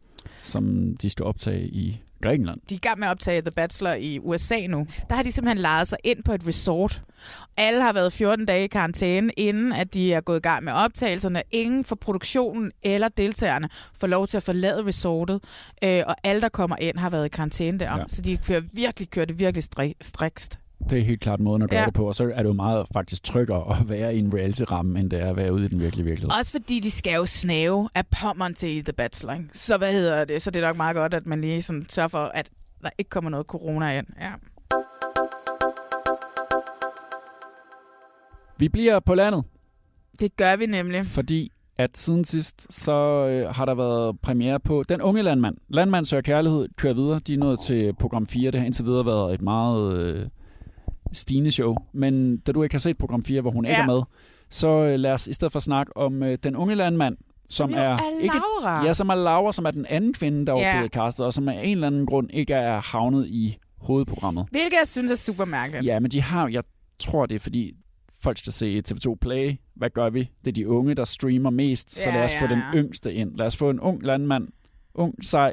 A: som de skal optage i Grækenland.
B: de er i gang med at optage The Bachelor i USA nu. Der har de simpelthen lejet sig ind på et resort. Alle har været 14 dage i karantæne, inden at de er gået i gang med optagelserne. Ingen fra produktionen eller deltagerne får lov til at forlade resortet. Øh, og alle, der kommer ind, har været i karantæne derom.
A: Ja.
B: Ja. Så de kører virkelig, kører det virkelig strik, strikst.
A: Det er helt klart måden at gøre ja.
B: Ja.
A: det på, og så er det jo meget faktisk tryggere at være i en reality-ramme, end det er at være ude i den virkelige virkelighed.
B: Også fordi de skal jo snave af pommeren til The Bachelor. Ikke? Så hvad hedder det? Så det er nok meget godt, at man lige sådan sørger for, at der ikke kommer noget corona ind. Ja.
A: Vi bliver på landet,
B: Det gør vi nemlig.
A: fordi at siden sidst, så øh, har der været premiere på Den Unge Landmand. Landmand søger kærlighed, kører videre. De er nået til program 4. Det har indtil videre været et meget øh, stigende show. Men da du ikke har set program 4, hvor hun ikke
B: Ja.
A: er med, så øh, lad os i stedet for snakke om øh, Den Unge Landmand, som
B: Jo,
A: er...
B: er Laura.
A: ja, som er Laura, som er den anden kvinde, der var
B: Ja.
A: blevet castet, og som af en eller anden grund ikke er havnet i hovedprogrammet.
B: Hvilket jeg synes er super mærkeligt.
A: Ja, men de har, jeg tror det er fordi, folk skal se TV2 Play. Hvad gør vi? Det er de unge, der streamer mest, så
B: Ja,
A: lad os få
B: ja,
A: den
B: ja.
A: yngste ind. Lad os få en ung landmand, ung, sej,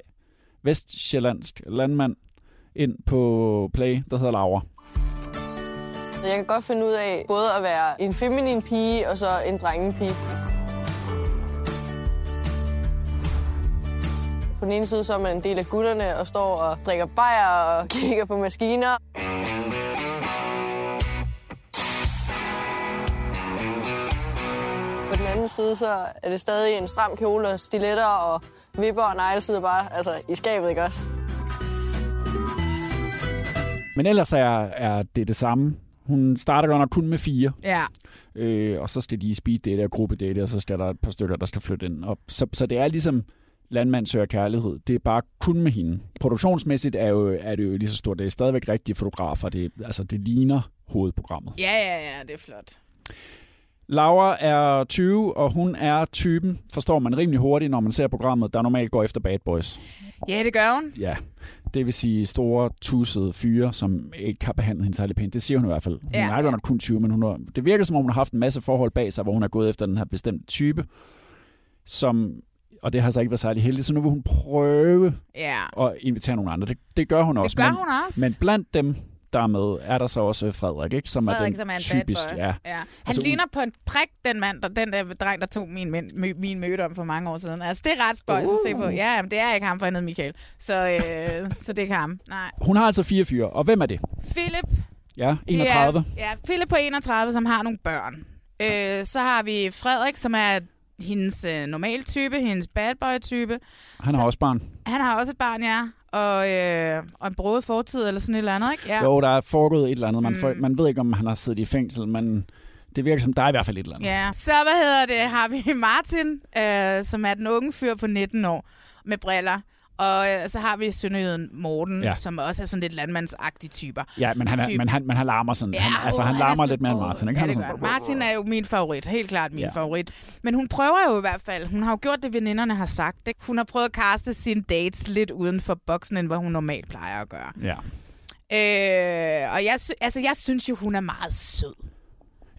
A: vestsjællandsk landmand ind på Play, der hedder Laura.
L: Jeg kan godt finde ud af både at være en feminin pige og så en drengepige. På den ene side så er man en del af gutterne og står og drikker bajer og <laughs> kigger på maskiner. På den anden side så er det stadig en stram kjole og stiletter og vipper og neglesider bare altså, i skabet, ikke også?
A: Men ellers er, er det det samme. Hun starter godt nok kun med fire.
B: Ja.
A: Øh, og så skal de speed date og gruppe date, og så skal der et par stykker, der skal flytte ind. Og så, så det er ligesom landmand søger kærlighed. Det er bare kun med hende. Produktionsmæssigt er, jo, er det jo lige så stort. Det er stadigvæk rigtige fotografer. Det, altså, det ligner hovedprogrammet.
B: Ja, ja, ja, det er flot.
A: Laura er 20, og hun er typen, forstår man rimelig hurtigt, når man ser programmet, der normalt går efter bad boys.
B: Ja, det gør hun.
A: Ja, det vil sige store, tussede fyre, som ikke har behandlet hende særlig pænt. Det siger hun i hvert fald. Hun
B: Ja.
A: er godt nok kun 20, men hun har, det virker som om, hun har haft en masse forhold bag sig, hvor hun er gået efter den her bestemte type, som, og det har så ikke været særlig heldigt, så nu vil hun prøve
B: Ja.
A: at invitere nogle andre. Det, det gør hun også.
B: gør
A: men,
B: hun også.
A: Men blandt dem, der er med, er der så også Frederik, ikke? som er
B: Frederik,
A: den
B: som er en
A: typisk,
B: bad boy.
A: ja.
B: ja. Han
A: Altså,
B: altså, ligner på en prik, den mand, der, den der dreng, der tog min, min, mø- min møde om for mange år siden. Altså, det er ret spøjs uh. at se på. Ja, jamen, det er ikke ham for andet, Michael. Så,
A: <laughs>
B: øh, så det er ikke ham. Nej.
A: Hun har altså fire fyre, og hvem er det?
B: Philip.
A: Ja,
B: det
A: 31.
B: Er, ja, Philip på 31, som har nogle børn. Øh, så har vi Frederik, som er hendes øh, normale type, hendes bad boy type.
A: Han har også barn.
B: Han har også et barn, ja. Og, øh, og en broet fortid eller sådan et eller andet, ikke? Ja. Mm.
A: Ja. Jo, der er foregået et eller andet. Man, får, man ved ikke, om han har siddet i fængsel, men det virker som, der er i hvert fald et eller andet.
B: Ja. Så hvad hedder det? Har vi <laughs> Martin, øh, som er den unge fyr på 19 år med briller. Og øh, så har vi Sønderjyden Morten,
A: Ja.
B: ja. som også er sådan lidt landmandsagtig typer.
A: Ja, men han, er,
B: Type.
A: men han, men han larmer sådan. Ja, han, altså,
B: åh,
A: han
B: han er
A: larmer
B: sådan,
A: lidt mere end Martin. Ikke?
B: Ja,
A: Han
B: det
A: er
B: gør
A: sådan,
B: han. Martin er jo min favorit, helt klart min
A: Ja.
B: ja. favorit. Men hun prøver jo i hvert fald, hun har jo gjort det, veninderne har sagt. Ikke? Hun har prøvet at kaste sine dates lidt uden for boksen, end hvad hun normalt plejer at gøre.
A: Ja.
B: Øh, og jeg, sy- altså, jeg synes jo, hun er meget sød.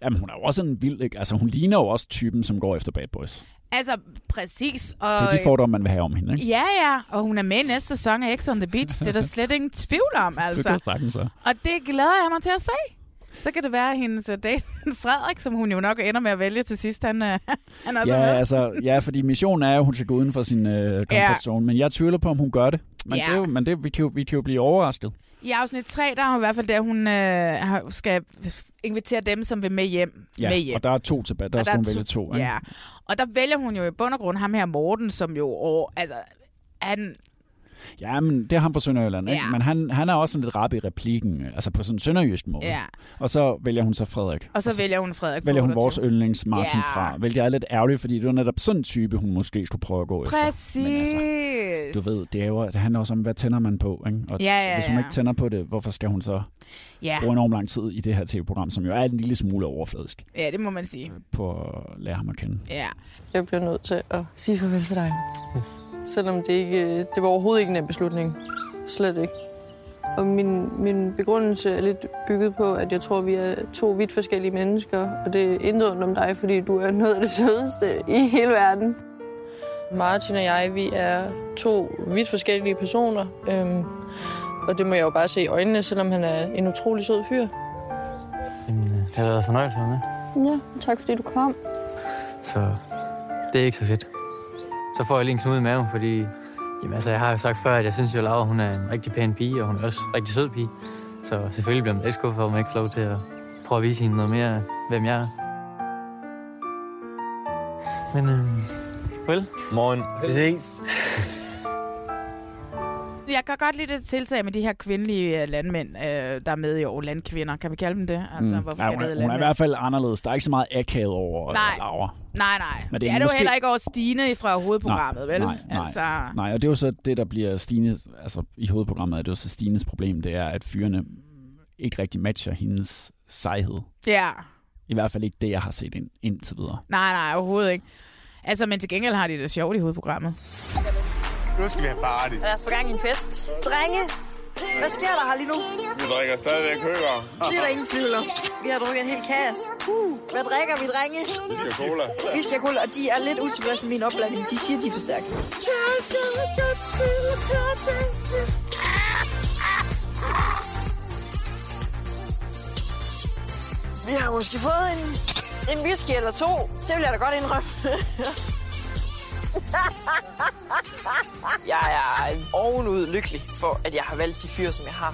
A: Jamen, hun er jo også en vild, ikke? Altså, hun ligner jo også typen, som går efter bad boys. Det
B: Altså, præcis. Og,
A: er de fordomme, man vil have om hende, ikke?
B: Ja, ja, og hun er med i næste sæson af X on the Beach. Det er der slet ingen tvivl
A: <laughs>
B: om,
A: Det kan du
B: altså.
A: sagtens være.
B: Og det glæder jeg mig til at se. Så kan det være, at hendes øh, date, <laughs> Frederik, som hun jo nok ender med at vælge til sidst, han, øh, <laughs> han også
A: Ja,
B: er med.
A: altså, ja, fordi missionen er jo, at hun skal gå uden for sin øh, comfort
B: Ja.
A: zone, men jeg tvivler på, om hun gør det. Men,
B: Ja.
A: det er jo, men det, vi, kan jo, vi kan jo blive overrasket.
B: I afsnit 3, der er hun i hvert fald der, hun øh, har- skal invitere dem, som vil med hjem. med
A: Ja,
B: hjem.
A: og der er to tilbage. Der er
B: Og
A: sådan nogle vælge to. Ikke?
B: Ja, og der vælger hun jo i bund og grund ham her Morten, som jo, og, altså, han,
A: Ja, men det er ham fra Sønderjylland, ikke?
B: Ja.
A: Men han, han er også sådan lidt rap i replikken, øh, altså på sådan en sønderjysk måde.
B: Ja.
A: Og så vælger hun så Frederik.
B: og så vælger hun Frederik. på
A: Altså, vælger hun
B: 28.
A: vores yndlings Martin
B: Ja.
A: fra, hvilket er lidt ærgerligt, fordi det var netop sådan en type, hun måske skulle prøve at gå efter.
B: Præcis.
A: altså, Du ved, det, er jo, det handler også om, hvad tænder man på, ikke? Og
B: Ja, ja,
A: hvis hun
B: ja.
A: ikke tænder på det, hvorfor skal hun så
B: Ja.
A: bruge enormt lang tid i det her tv-program, som jo er en lille smule overfladisk
B: Ja, det må man sige.
A: på at lære ham at kende.
B: Ja.
L: Jeg bliver nødt til at sige farvel til dig. Selvom det, ikke, øh, det var overhovedet ikke en nem beslutning. Slet ikke. Og min, min begrundelse er lidt bygget på, at jeg tror, vi er to vidt forskellige mennesker. Og det er intet ondt om dig, fordi du er noget af det sødeste i hele verden. Martin og jeg, vi er to vidt forskellige personer. Øhm, og det må jeg jo bare se i øjnene, selvom han er en utrolig sød fyr.
M: Det har været fornøjelse med.
L: Ja, tak fordi du kom.
M: Så det er ikke så fedt. Så får jeg lige en knude i maven, fordi jamen, altså, jeg har jo sagt før, at jeg synes, at Laura hun er en rigtig pæn pige, og hun er også en rigtig sød pige. Så selvfølgelig bliver man lidt skuffet, om man ikke får lov til at prøve at vise hende noget mere, af, hvem jeg er. Men øhm, vel? Morgen. Vi ses.
B: Jeg kan godt lide det tiltag med de her kvindelige øh, landmænd, øh, der er med i år. Landkvinder, kan vi kalde dem det? Altså,
A: Mm.
B: hvorfor
A: Ja,
B: skal
A: hun,
B: det
A: er, hun
B: hedde
A: er i
B: landmænd?
A: hvert fald anderledes. Der er ikke så meget akavet over
B: Nej.
A: Nej. Laura.
B: Nej, nej.
A: Men
B: Men
A: det
B: det,
A: er
B: er, det jo
A: måske-
B: heller ikke over Stine fra hovedprogrammet,
A: nej,
B: vel?
A: Nej, nej,
B: altså,
A: nej, og det er jo så det, der bliver Stines, altså i hovedprogrammet, er det jo så Stines problem, det er, at fyrene ikke rigtig matcher hendes sejhed.
B: Ja,
A: I hvert fald ikke det, jeg har set ind, indtil videre.
B: nej, nej, overhovedet ikke. Altså, men til gengæld har de det sjovt i hovedprogrammet.
N: Nu skal vi have party.
J: Lad os få gang i en fest. Drenge, hvad sker der her lige nu?
N: Vi drikker stadigvæk høger.
J: Det er der ingen tvivl om. Vi har drukket en hel kasse. Uh, hvad drikker vi, drenge?
N: Vi skal cola.
J: Vi skal have cola, og de er lidt utilfredse med min opblanding. De siger, de er for stærke. Vi har måske fået en, en whisky eller to. Det vil jeg da godt indrømme. jeg er ovenud lykkelig for, at jeg har valgt de fyre, som jeg har.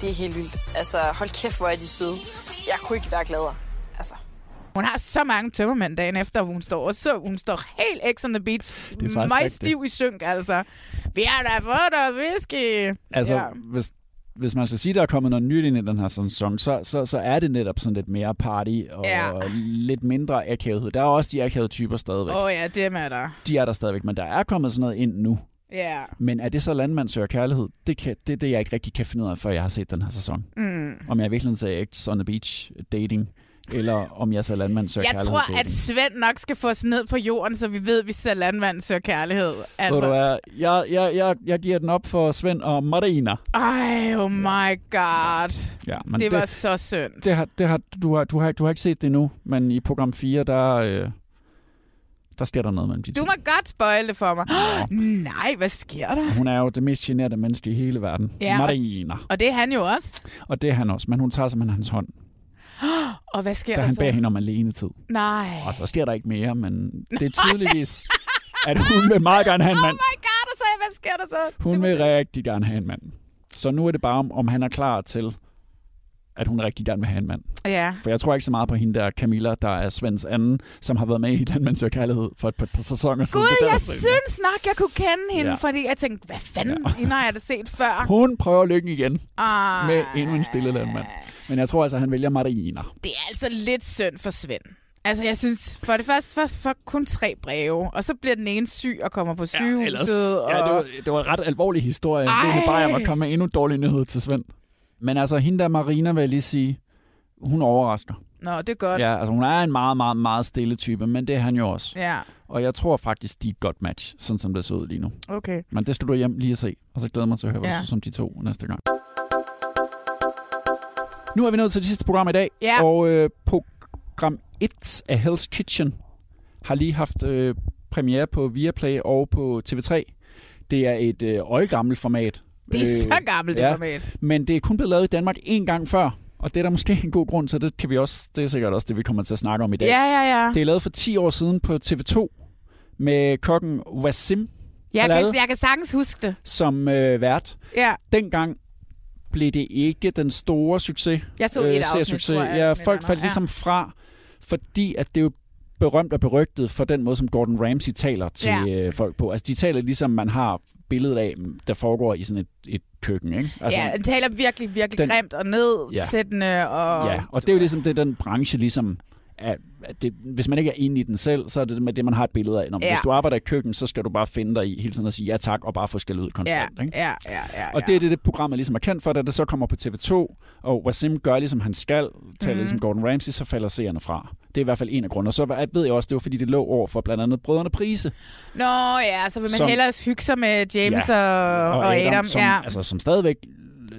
J: Det er helt vildt. Altså, hold kæft, hvor er de søde. Jeg kunne ikke være gladere. Altså.
B: Hun har så mange tømmermænd dagen efter, hvor hun står, og så hun står helt X on the beach.
A: Det er faktisk
B: meget
A: rigtigt.
B: stiv i synk, altså. Vi har da fået noget whisky.
A: Altså,
B: ja.
A: ja. hvis, hvis man skal sige, der er kommet noget nyt ind i den her sæson, så, så, så er det netop sådan lidt mere party og
B: Ja.
A: ja. lidt mindre akavethed. Der er også de akavede typer stadigvæk.
B: Åh oh, ja, det er der.
A: De er der stadigvæk, men der er kommet sådan noget ind nu.
B: Ja.
A: Men er det så landmand søger kærlighed? Det, kan, det er det, jeg ikke rigtig kan finde ud af, før jeg har set den her sæson.
B: Mm.
A: Om jeg virkelig sagde X on the Beach dating, eller om jeg så landmand søger
B: Jeg
A: kærlighed
B: tror, at
A: dating.
B: Svend nok skal få os ned på jorden, så vi ved, at vi ser landmand søger kærlighed.
A: Altså... Du
B: Altså.
A: hvad? Jeg, jeg, jeg, jeg giver den op for Svend og Marina.
B: Ej, oh my god.
A: Ja,
B: Men det, det var så synd.
A: Det har, det har, du, har, du, har, du har ikke set det nu, men i program 4, der, øh, der sker der noget mellem de
B: Du
A: to.
B: må godt spoil det for mig. <gasps> Nej, hvad sker der?
A: Hun er jo det mest generede menneske i hele verden.
B: Ja,
A: Ja,
B: og-
A: Marina.
B: Og det er han jo også.
A: Og det er han også, men hun tager simpelthen hans hånd,
B: Og hvad sker
A: da
B: der
A: han
B: så?
A: beder hende om alene tid.
B: Nej.
A: Og så sker der ikke mere, men det er tydeligvis, at hun vil meget gerne have en mand.
B: Oh my god, og så hvad sker der så?
A: Hun vil rigtig gerne have en mand. Så nu er det bare, om, om han er klar til, at hun rigtig gerne vil have en mand.
B: Ja.
A: For jeg tror ikke så meget på hende der, Camilla, der er Svends anden, som har været med i Den Mands Kærlighed for et par, par sæsoner siden. Det er der,
B: Gud, jeg
A: der ser
B: synes nok, jeg kunne kende hende, ja.
A: Ja.
B: fordi jeg tænkte, hvad fanden, ja. hende har jeg da set før.
A: hende. Hun prøver lykken igen
B: Ah,
A: med endnu en stille landmand. Men jeg tror altså, han vælger Marina.
B: det er altså lidt synd for Svend. Altså, jeg synes, for det første, for, for kun tre breve, og så bliver den ene syg og kommer på sygehuset.
A: Ellers, ja, det, var,
B: og...
A: det var en ret alvorlig historie. Ej. Det var bare, jeg var kommet med endnu dårlig nyhed til Svend. Men altså, hende der Marina, vil jeg lige sige, hun overrasker.
B: Nå, det er godt.
A: Ja, altså hun er en meget, meget, meget stille type, men det er han jo også.
B: ja.
A: Og jeg tror faktisk, de er et godt match, sådan som det ser ud lige nu.
B: Okay.
A: Men det skal du hjem lige at se, og så glæder jeg mig til at høre, hvad
B: Ja.
A: ja. som de to næste gang. Nu er vi nået til det sidste program i dag,
B: Ja.
A: og øh, program 1 af Hell's Kitchen har lige haft øh, premiere på Viaplay og på TV3. Det er et øh, oldgammelt format. Øh,
B: Det er så gammelt, det format.
A: Men det er kun blevet lavet i Danmark én gang før, og det er der måske en god grund til, det, kan vi også, det er sikkert også det, vi kommer til at snakke om i dag.
B: Ja, ja, ja.
A: Det er lavet for 10 år siden på TV2 med kokken Wasim
B: Jeg
A: Halal
B: kan, jeg kan sagtens huske det.
A: som øh, vært.
B: Ja.
A: Dengang blev det ikke den store succes.
B: Jeg så Altså, et afsnit,
A: seriesucces.
B: tror jeg,
A: Øh, Ja,
B: med
A: folk
B: Werner.
A: faldt ligesom fra, fordi at det jo berømt og berygtet for den måde, som Gordon Ramsay taler til
B: Ja.
A: ja. øh, folk på. Altså, de taler ligesom, man har billedet af, der foregår i sådan et, et køkken, ikke? Altså,
B: Altså, ja, han taler virkelig, virkelig den,
A: den-
B: grimt og nedsættende. Ja. Og,
A: ja, og det er jo ligesom det, den branche ligesom... Er, at det, hvis man ikke er inde i den selv, så er det det, med det man har et billede af. Når,
B: Ja.
A: Hvis du arbejder i køkken, så skal du bare finde dig i hele tiden og sige ja tak, og bare få skæld ud konstant.
B: ja,
A: ikke?
B: ja, ja, ja,
A: Og det er det, det programmet ligesom er kendt for, da det så kommer på TV2, og Wasim gør ligesom han skal, taler
B: Mhm.
A: mm. ligesom Gordon Ramsay, så falder seerne fra. Det er i hvert fald en af grundene. Og så var- ved jeg også, det var fordi, det lå over for blandt andet Brødrene Prise.
B: Nå ja, så vil man
A: Som-
B: hellere hygge sig med James og, og Adam.
A: som,
B: ja.
A: altså, som stadigvæk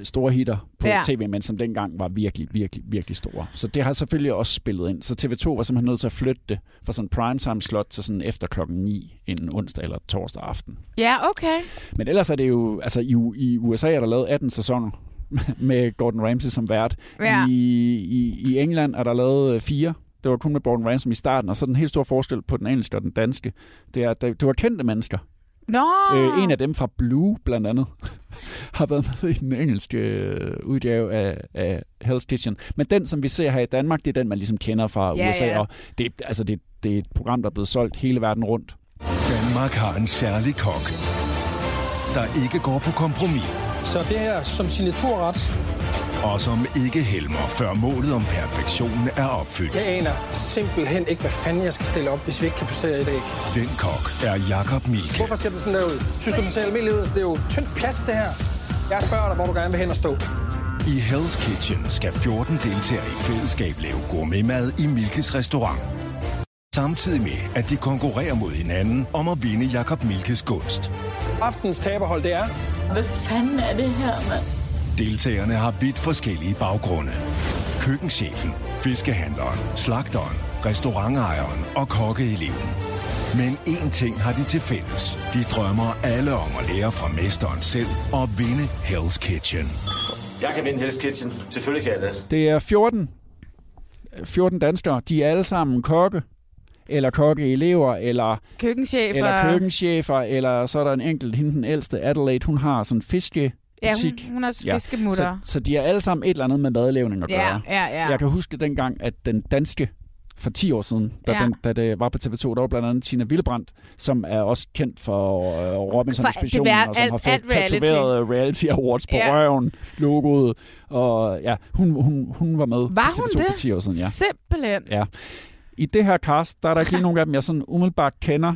A: store hitter på
B: Ja.
A: ja. tv, men som dengang var virkelig, virkelig, virkelig store. Så det har selvfølgelig også spillet ind. Så TV2 var simpelthen nødt til at flytte det fra sådan primetime slot til sådan efter klokken 9 en onsdag eller torsdag aften.
B: ja, okay.
A: Men ellers er det jo, altså i, i USA er der lavet 18 sæsoner <laughs> med Gordon Ramsay som vært.
B: Ja.
A: I, i, I England er der lavet øh, fire. Det var kun med Gordon Ramsay i starten, og så den helt store forskel på den engelske og den danske, det er, at det det var kendte mennesker.
B: Nå,
O: Ah.
A: Øh, en af dem fra Blue, blandt andet, <laughs> har været med i den engelske øh, udgave af, af Hell's Kitchen. Men den, som vi ser her i Danmark, det er den, man ligesom kender fra
O: Ja,
A: USA,
O: ja.
A: og det, er- altså, det, det er et program, der er blevet solgt hele verden rundt.
O: Danmark har en særlig kok, der ikke går på kompromis,
P: Så det her som signaturret,
O: og som ikke helmer, før målet om perfektionen er opfyldt.
P: jeg aner simpelthen ikke, hvad fanden jeg skal stille op, hvis vi ikke kan placere et æg.
O: Den kok er Jakob Milke.
P: Hvorfor ser du sådan der ud? Synes du, det ser almindeligt ud? Det er jo tyndt plast, det her. Jeg spørger dig, hvor du gerne vil hen og stå.
O: I Hell's Kitchen skal 14 deltagere i fællesskab lave gourmetmad i Milkes restaurant. Samtidig med, at de konkurrerer mod hinanden om at vinde Jakob Milkes gunst.
P: Aftens taberhold, det er... Hvad fanden er det her, mand?
O: Deltagerne har vidt forskellige baggrunde. Køkkenchefen, fiskehandleren, slagteren, restaurantejeren og kokkeeleven. Men én ting har de til fælles. De drømmer alle om at lære fra mesteren selv og vinde Hell's Kitchen.
Q: Jeg kan vinde Hell's Kitchen. Selvfølgelig kan jeg det.
A: Det er 14, 14 danskere. De er alle sammen kokke, eller kokkeelever, eller,
B: køkkenchef
A: eller
B: og...
A: køkkenchefer, eller så er der en enkelt, hende den ældste, Adelaide, hun har sådan en fiske
B: Ja, hun, hun har fiskemutter. Ja.
A: Så, så de er alle sammen et eller andet med madlavning at
B: Ja,
A: gøre.
B: ja, ja.
A: Jeg kan huske dengang, at den danske for 10 år siden, da,
B: Ja.
A: ja. den, da det var på TV2, der var blandt andet Tina Villebrandt, som er også kendt for øh, Robinson
B: For
A: Ekspeditionen,
B: det vær-
A: og som
B: alt-
A: har fået
B: alt reality.
A: tatoveret øh, Reality Awards på
B: Ja.
A: ja. røven, logoet, og ja, hun, hun, hun var med
B: Var
A: på
B: hun
A: TV2
B: det?
A: for 10 år siden. Ja.
B: Simpelthen.
A: Ja. I det her cast, der er der ikke lige nogen af dem, jeg sådan umiddelbart kender,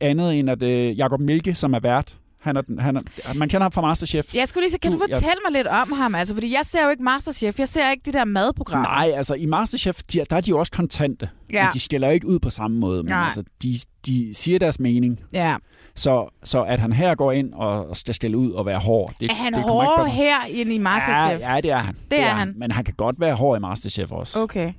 A: andet end at øh, Jacob Milke, som er vært, han er, den- han er, man kender ham fra Masterchef.
B: Jeg skulle lige så, kan du,
A: jeg-
B: fortælle mig lidt om ham? Altså, fordi jeg ser jo ikke Masterchef, jeg ser ikke det der madprogram.
A: Nej, altså i Masterchef, de, der er de jo også kontante.
B: Ja.
A: Ja. Men de skælder jo ikke ud på samme måde. Men
B: Nej.
A: altså, de, de siger deres mening.
B: Ja.
A: Så, så at han her går ind og skal stille ud og være hård. Det,
B: er han
A: det kommer ikke
B: hårdere
A: bag-
B: her end i Masterchef?
A: Ja, ja, det er han.
B: Det er han.
A: Men han kan godt være hård i Masterchef også.
B: Okay.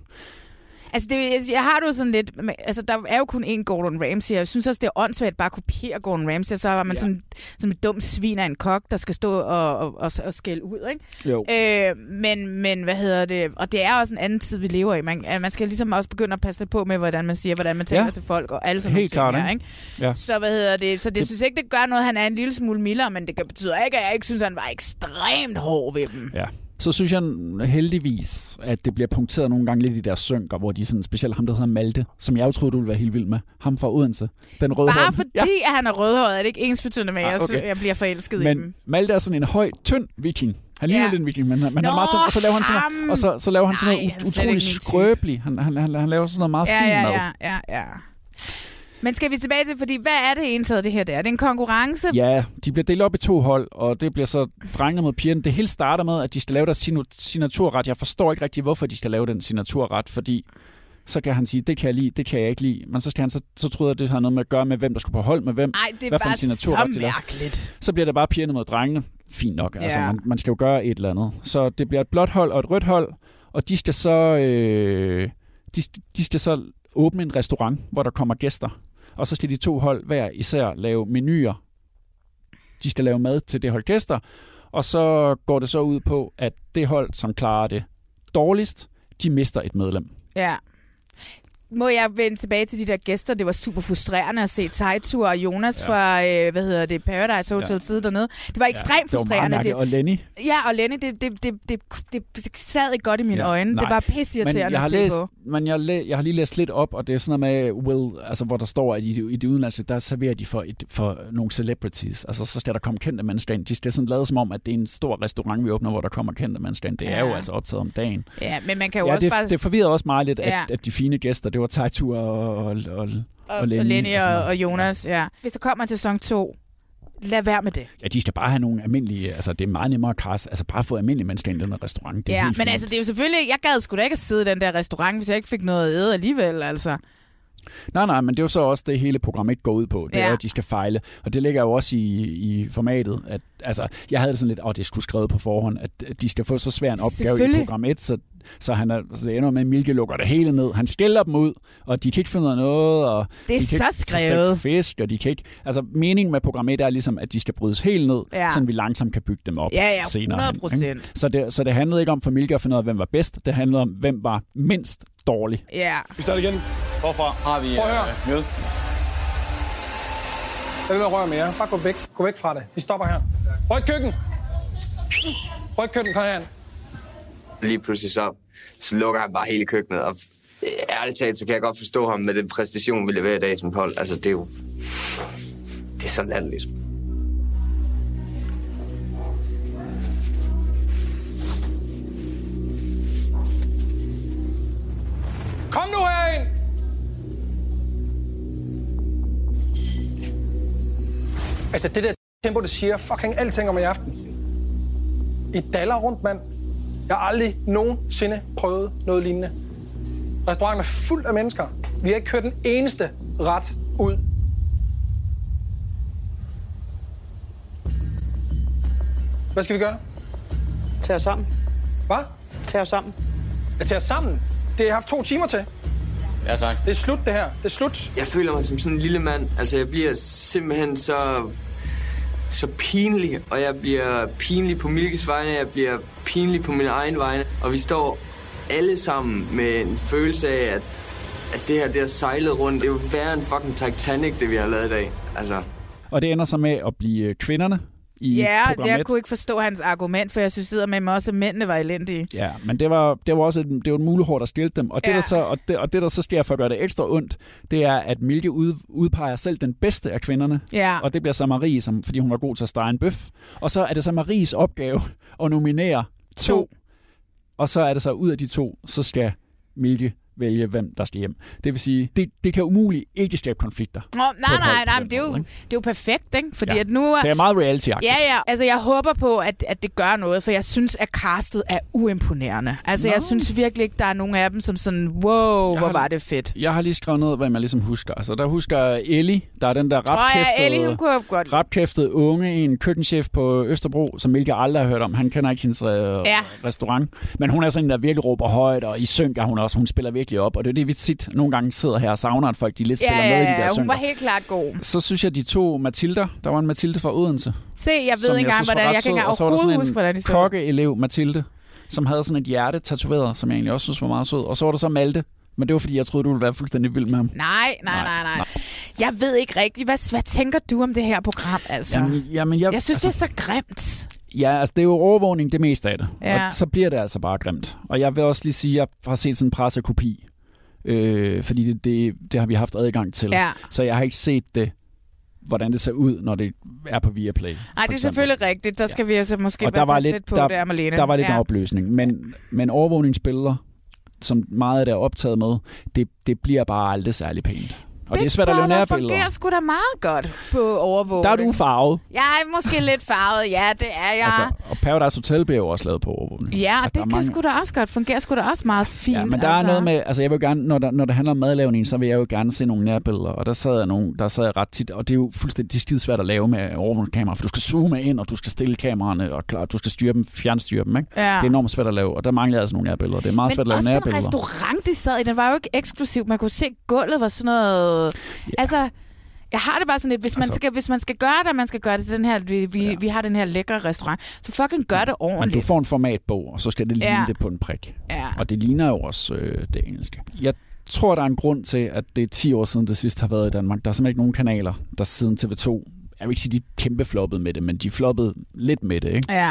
B: Altså, det, jeg- jeg har det jo sådan lidt... men, Altså, der er jo kun én Gordon Ramsay, og jeg synes også, det er åndssvagt at bare kopiere Gordon Ramsay, og så var man ja. sådan, sådan et dumt svin af en kok, der skal stå og, og, og, og skælde ud, ikke?
A: Jo.
B: Øh, men, men hvad hedder det? Og det er også en anden tid, vi lever i. Man, at man skal ligesom også begynde at passe lidt på med, hvordan man siger, hvordan man taler ja.
A: Ja.
B: til folk, og alle sådan
A: Helt
B: nogle
A: klart,
B: ting her,
A: ikke?
B: ikke?
A: Ja.
B: Så hvad hedder det? Så det, det
A: Det-
B: synes jeg ikke, det gør noget, han er en lille smule mildere, men det betyder ikke, at jeg ikke synes, han var ekstremt hård ved dem.
A: Ja. Så synes jeg heldigvis, at det bliver punkteret nogle gange lidt i deres synker, hvor de sådan, specielt ham, der hedder Malte, som jeg jo troede, du ville være helt vild med, ham fra Odense, den røde
B: Bare
A: <laughs> hånd.
B: fordi ja. at han er rødhåret, er det ikke ensbetydende med, at
A: Ah,
B: jeg, okay.
A: okay.
B: jeg bliver forelsket i dem.
A: Men Malte er sådan en høj, tynd viking. Han ligner
B: Ja.
A: ja. lidt en viking, men, han- men han er
B: Nå,
A: meget tynd. Og så laver han sådan,
B: ham!
A: noget, og så, så laver han sådan
B: Nej,
A: noget
B: han
A: ut- utrolig
B: er slet ikke min type.
A: skrøbeligt. Han, han, han, han laver sådan noget meget
B: Ja,
A: fint
B: ja,
A: mad.
B: ja, ja, ja. Men skal vi tilbage til, fordi hvad er det indtaget det her der? Er det en konkurrence?
A: Ja, de bliver delt op i to hold, og det bliver så drengene mod pigerne. Det hele starter med, at de skal lave deres sinu- signaturret. Jeg forstår ikke rigtig, hvorfor de skal lave den signaturret, fordi så kan han sige, det kan jeg lide, det kan jeg ikke lide. Men så, skal han, så, så tror jeg, at det har noget med at gøre med, hvem der skulle på hold med hvem.
B: Ej, det
A: Hvad
B: er
A: for en
B: bare
A: signaturret,
B: så
A: de laver.
B: mærkeligt.
A: Så bliver det bare pigerne mod drengene. Fint nok, altså
B: Ja.
A: man, man skal jo gøre et eller andet. Så det bliver et blåt hold og et rødt hold, og de skal så, øh, de, de skal så åbne en restaurant, hvor der kommer gæster. Og så skal de to hold hver især lave menuer. De skal lave mad til det hold gæster, og så går det så ud på, at det hold, som klarer det dårligst, de mister et medlem.
B: Ja. må jeg vende tilbage til de der gæster. Det var super frustrerende at se Tejtur og Jonas ja. fra, øh, hvad hedder det, Paradise Hotel
A: Ja.
B: ja. sidde dernede. Det var ekstremt
A: det var meget
B: frustrerende.
A: mærkeligt. Og Lenny?
B: Ja, og Lenny, det, det, det, det, det, det sad ikke godt i mine ja. øjne.
A: nej.
B: Det var
A: Men
B: pisseirriterende
A: jeg har
B: at se
A: læst,
B: på.
A: Men jeg, læ- jeg har lige læst lidt op, og det er sådan noget med, Will, altså, hvor der står, at i, det- i det udenlandske, der serverer de for, et, for nogle celebrities. Altså, så skal der komme kendte mennesker ind. De skal sådan lade som om, at det er en stor restaurant, vi åbner, hvor der kommer kendte mennesker ind. Det er jo
B: Ja.
A: altså optaget om dagen.
B: Ja, men man kan jo
A: ja,
B: også
A: det,
B: bare...
A: det forvirrer også meget lidt,
B: Ja.
A: at, at de fine gæster, det var Tejtur og, og, og, og,
B: og Lenny og, Lenny og, og Jonas, ja. Hvis der kommer en sæson 2, lad være med det.
A: Ja, de skal bare have nogle almindelige, altså det er meget nemmere at kaste, altså bare få almindelige mennesker ind i den her restaurant. Det er
B: Ja,
A: helt
B: men
A: fint.
B: altså, det er jo selvfølgelig... Jeg gad sgu da ikke at sidde i den der restaurant, hvis jeg ikke fik noget at æde alligevel, altså.
A: Nej, nej, men det er jo så også det hele program ikke går ud på. Det ja. er,
B: Ja.
A: at de skal fejle. Og det ligger jo også i, i formatet. At, altså, jeg havde det sådan lidt, åh, det skulle skrevet på forhånd, at de skal få så svær en opgave i
B: Selvfølgelig.
A: program 1, så, så, han er, så det ender med, at Milke lukker det hele ned. Han skælder dem ud, og de kan ikke finde ud af noget. Og
B: Det er
A: de kan
B: så
A: ikke stege
B: skrevet.
A: fisk, og de kan ikke... Altså, meningen med program 1 er ligesom, at de skal brydes helt ned, ja.
B: Ja.
A: så vi langsomt kan bygge dem op
B: Ja, ja,
A: senere. hen,
B: 100%.
A: ikke? Så det, så det handlede ikke om for Milke at finde ud af, hvem var bedst. Det handlede om, hvem var mindst dårlig.
B: Ja.
N: Vi starter igen. Hvorfra har vi øh,
P: Prøv at høre.
N: mjød?
P: Lad være med at røre mere. Bare gå væk. Gå væk fra det. Vi stopper her. Rødt køkken! Rødt køkken, kom herhen.
R: Lige pludselig så, så lukker han bare hele køkkenet. Og øh, ærligt talt, så kan jeg godt forstå ham med den præstation, vi leverer i dag som hold. Altså, det er jo... Det er så latterligt.
P: Kom nu herind! Altså, det der tempo, det siger fucking alting om i aften. I daller rundt, mand. Jeg har aldrig nogensinde prøvet noget lignende. Restauranten er fuld af mennesker. Vi har ikke kørt den eneste ret ud. Hvad skal vi gøre? Tag os sammen. Hvad? Tag os sammen. Ja, tag os sammen? Det har jeg haft to timer til.
R: Ja, tak.
P: Det er slut, det her. Det er slut.
R: Jeg føler mig som sådan en lille mand. Altså, jeg bliver simpelthen så... Så pinlig, og jeg bliver pinlig på Milkes vegne, jeg bliver pinlig på min egen vegne. Og vi står alle sammen med en følelse af, at, at det her, det har sejlet rundt. Det er jo værre end fucking Titanic, det vi har lavet i dag. Altså,
A: Og det ender så med at blive øh, kvinderne i
B: Ja,
A: program
B: jeg
A: et.
B: kunne ikke forstå hans argument, for jeg synes sidder med mig også, at mændene var elendige.
A: Ja, men det var, det var også et, det var et mulehår, der skilte dem. Og det, ja.
B: Ja.
A: der så, og, det, og det, der så sker for at gøre det ekstra ondt, det er, at Milke ud, udpeger selv den bedste af kvinderne.
B: Ja.
A: Og det bliver så Marie, som, fordi hun var god til at stege en bøf. Og så er det så Maries opgave at nominere to. Og så er det så ud af de to, så skal Milke vælge, hvem der skal hjem. Det vil sige, det, det kan umuligt ikke skabe konflikter.
B: Nå, nej, nej, nej, men det er jo, det er jo perfekt, ikke? Fordi
A: Ja.
B: ja. at nu er...
A: Det er meget reality
B: Ja, ja. Altså, jeg håber på, at, at det gør noget, for jeg synes, at castet er uimponerende. Altså,
A: Nå.
B: no. jeg synes virkelig ikke, der er nogen af dem, som sådan, wow, hvor var det fedt.
A: Jeg har lige skrevet ned, hvad man ligesom husker. Altså, der husker Ellie, der er den der
B: Åh
A: rapkæftede...
B: ja, Ellie, hun kunne godt...
A: rapkæftet unge, en køkkenchef på Østerbro, som Milke aldrig har hørt om. Han kender ikke hendes øh, ja. restaurant. Men hun er sådan en, der virkelig råber højt, og i synk er hun også. Hun spiller virkelig op, og det er det, vi tit nogle gange sidder her og savner, at folk de lidt spiller
B: Ja,
A: med i de
B: ja,
A: der
B: ja, hun
A: synker.
B: var helt klart god.
A: Så synes jeg, de to Mathilder, der var en Mathilde fra Odense.
B: Se, jeg ved
A: som
B: ikke engang,
A: synes var
B: hvordan-
A: ret
B: jeg kan
A: sød,
B: ikke
A: og så var der
B: overhovedet
A: sådan en
B: huske, hvordan de så ud.
A: kokkeelev, Mathilde, som havde sådan et hjerte tatoveret, som jeg egentlig også synes var meget sød. Og så var der så Malte, men det var fordi, jeg troede, du ville være fuldstændig vild med ham.
B: Nej, nej, nej, nej. Jeg ved ikke rigtigt. Hvad, hvad tænker du om det her program, altså?
A: Jamen, jamen, jeg,
B: jeg synes, altså, det er så grimt.
A: Ja, altså det er jo overvågning det meste af det.
B: Ja.
A: Og så bliver det altså bare grimt. Og jeg vil også lige sige, at jeg har set sådan en pressekopi. Øh, fordi det, det, det har vi haft adgang til.
B: Ja.
A: Så jeg har ikke set det, hvordan det ser ud, når det er på Viaplay.
B: Nej,
A: for
B: det er
A: eksempel.
B: selvfølgelig rigtigt. Der skal vi altså måske
A: Og
B: bare
A: der var
B: passe
A: lidt,
B: lidt på
A: der,
B: det, Marlene.
A: der var lidt
B: ja.
A: en opløsning. Men, men overvågningsbilleder, som meget af det er optaget med, det, det bliver bare aldrig særlig pænt. Og det er svært at lave
B: Brother
A: nærbilleder.
B: fungerer sgu da meget godt på overvågning.
A: Der er du farvet.
B: Jeg er måske lidt farvet. Ja, det er jeg.
A: Altså, og Paradise Hotel bliver jo også lavet på overvågning. Og
B: ja, og
A: der
B: det
A: er
B: kan
A: mange-
B: sgu da også godt. Fungerer sgu da også meget fint.
A: Ja, men der
B: altså.
A: er noget med, altså jeg vil gerne, når, der, når det handler om madlavning, så vil jeg jo gerne se nogle nærbilleder, og der sad jeg, nogle, der sad jeg ret tit, og det er jo fuldstændig skide svært at lave med overvågningskamera, for du skal zoome ind, og du skal stille kameraerne, og klar, du skal styre dem, fjernstyre dem, ikke?
B: Ja.
A: Det er enormt svært at lave, og der mangler jeg altså nogle nærbilleder. Det er meget
B: Men
A: svært at lave
B: også den
A: nærbilleder.
B: restaurant, de sad i, den var jo ikke eksklusiv. Man kunne se, gulvet var sådan noget... Ja. Altså, jeg har det bare sådan lidt, hvis man,
A: Altså-
B: altså, skal, hvis man skal gøre det, og man skal gøre det til den her, vi, vi, ja. vi har den her lækre restaurant, så fucking gør det
A: Men du
B: ordentligt.
A: får en formatbog, og så skal det ligne ja.
B: Ja.
A: det på en prik.
B: Ja.
A: Og det ligner jo også øh, det engelske. Jeg tror, der er en grund til, at det er 10 år siden, det sidste har været i Danmark. Der er simpelthen ikke nogen kanaler, der siden TV2... Jeg vil ikke sige, de kæmpe floppede med det, men de floppede lidt med det, ikke?
B: Ja.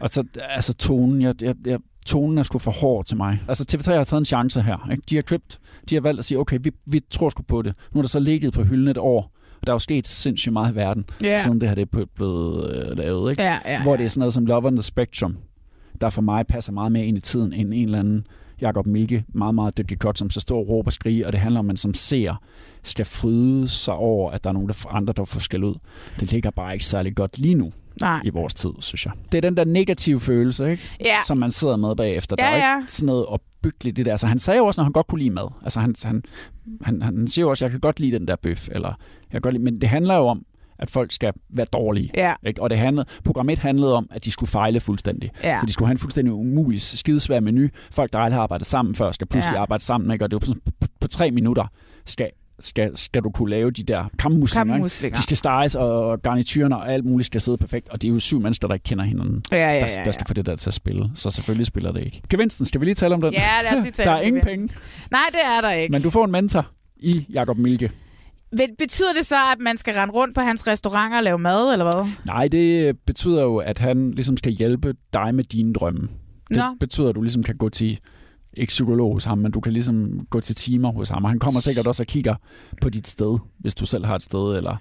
A: Og så, altså tonen, jeg, jeg, jeg, tonen er sgu for hård til mig. Altså TV3 har taget en chance her. Ikke? De har købt, de har valgt at sige, okay, vi, vi tror sgu på det. Nu er der så ligget på hylden et år, og der er jo sket sindssygt meget i verden,
B: Ja.
A: siden det her det er blevet øh, lavet. Ikke?
B: Ja, ja,
A: Hvor det er sådan noget som Love on the Spectrum, der for mig passer meget mere ind i tiden, end en eller anden Jakob Milke, meget, meget dygtig kort, som så står og råber og skriger, og det handler om, at man som ser skal fryde sig over, at der er nogen der andre, der får skæld ud. Det ligger bare ikke særlig godt lige nu
B: Nej.
A: i vores tid, synes jeg. Det er den der negative følelse, ikke?
B: Ja.
A: som man sidder med bagefter. Der
B: Ja,
A: er jo
B: ja.
A: ikke sådan noget opbyggeligt i det. Altså, han sagde jo også, når han godt kunne lide mad. Altså, han, han, han, han siger jo også, jeg kan godt lide den der bøf, eller jeg kan godt lide, men det handler jo om, at folk skal være dårlige.
B: Ja.
A: Ikke? Og det handlede, program 1 handlede om, at de skulle fejle fuldstændig.
B: Ja.
A: Så de skulle have en fuldstændig umulig, skidesvær menu. Folk, der aldrig har arbejdet sammen før, skal pludselig
B: Ja.
A: ja. arbejde sammen. Ikke? Og det er jo sådan, på, på tre minutter skal, skal, skal du kunne lave de der kammuslinger. ikke?
B: Kammuslinger.
A: De skal steges, og garniturerne og alt muligt skal sidde perfekt. Og det er jo syv mennesker, der ikke kender hinanden,
B: Ja, ja,
A: der,
B: ja, ja.
A: der skal få det der til at spille. Så selvfølgelig spiller det ikke. Gevinsten, skal vi lige tale om den?
B: Ja, lad
A: <laughs>
B: os lige tale
A: Der er
B: om
A: ingen
B: gevinsten.
A: penge,
B: Nej, det er der ikke.
A: men du får en mentor i Jakob Milke.
B: Men betyder det så, at man skal rende rundt på hans restauranter og lave mad, eller hvad?
A: Nej, det betyder jo, at han ligesom skal hjælpe dig med dine drømme. Det
B: Nå.
A: betyder, at du ligesom kan gå til ikke psykolog hos ham, men du kan ligesom gå til timer hos ham, og han kommer sikkert også og kigger på dit sted, hvis du selv har et sted, eller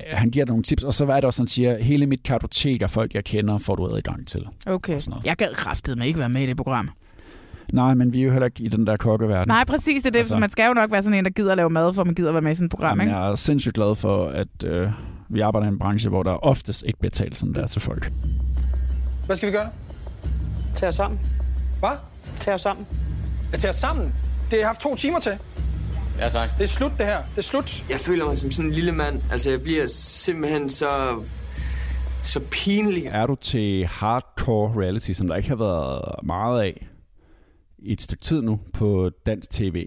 A: øh, han giver dig nogle tips, og så er det også, han siger, hele mit kartotek af folk, jeg kender, får du adgang til.
B: Okay. Jeg gad kraftedeme med ikke være med i det program.
A: Nej, men vi er jo heller ikke i den der kokkeverden.
B: Nej, præcis. Det er det,
A: Altså-
B: altså. man skal jo nok være sådan en, der gider at lave mad, for man gider at være med i sådan et program,
A: Jamen,
B: ikke?
A: jeg er sindssygt glad for, at øh, vi arbejder i en branche, hvor der oftest ikke bliver talt sådan der til folk.
I: Hvad skal vi gøre? Tag os sammen. Hvad? Tag os sammen. Ja, tag os sammen? Det har jeg haft to timer til.
R: Ja, tak.
I: Det er slut, det her. Det er slut.
R: Jeg føler mig som sådan en lille mand. Altså, jeg bliver simpelthen så... Så pinlig.
A: Er du til hardcore reality, som der ikke har været meget af i et stykke tid nu på dansk tv,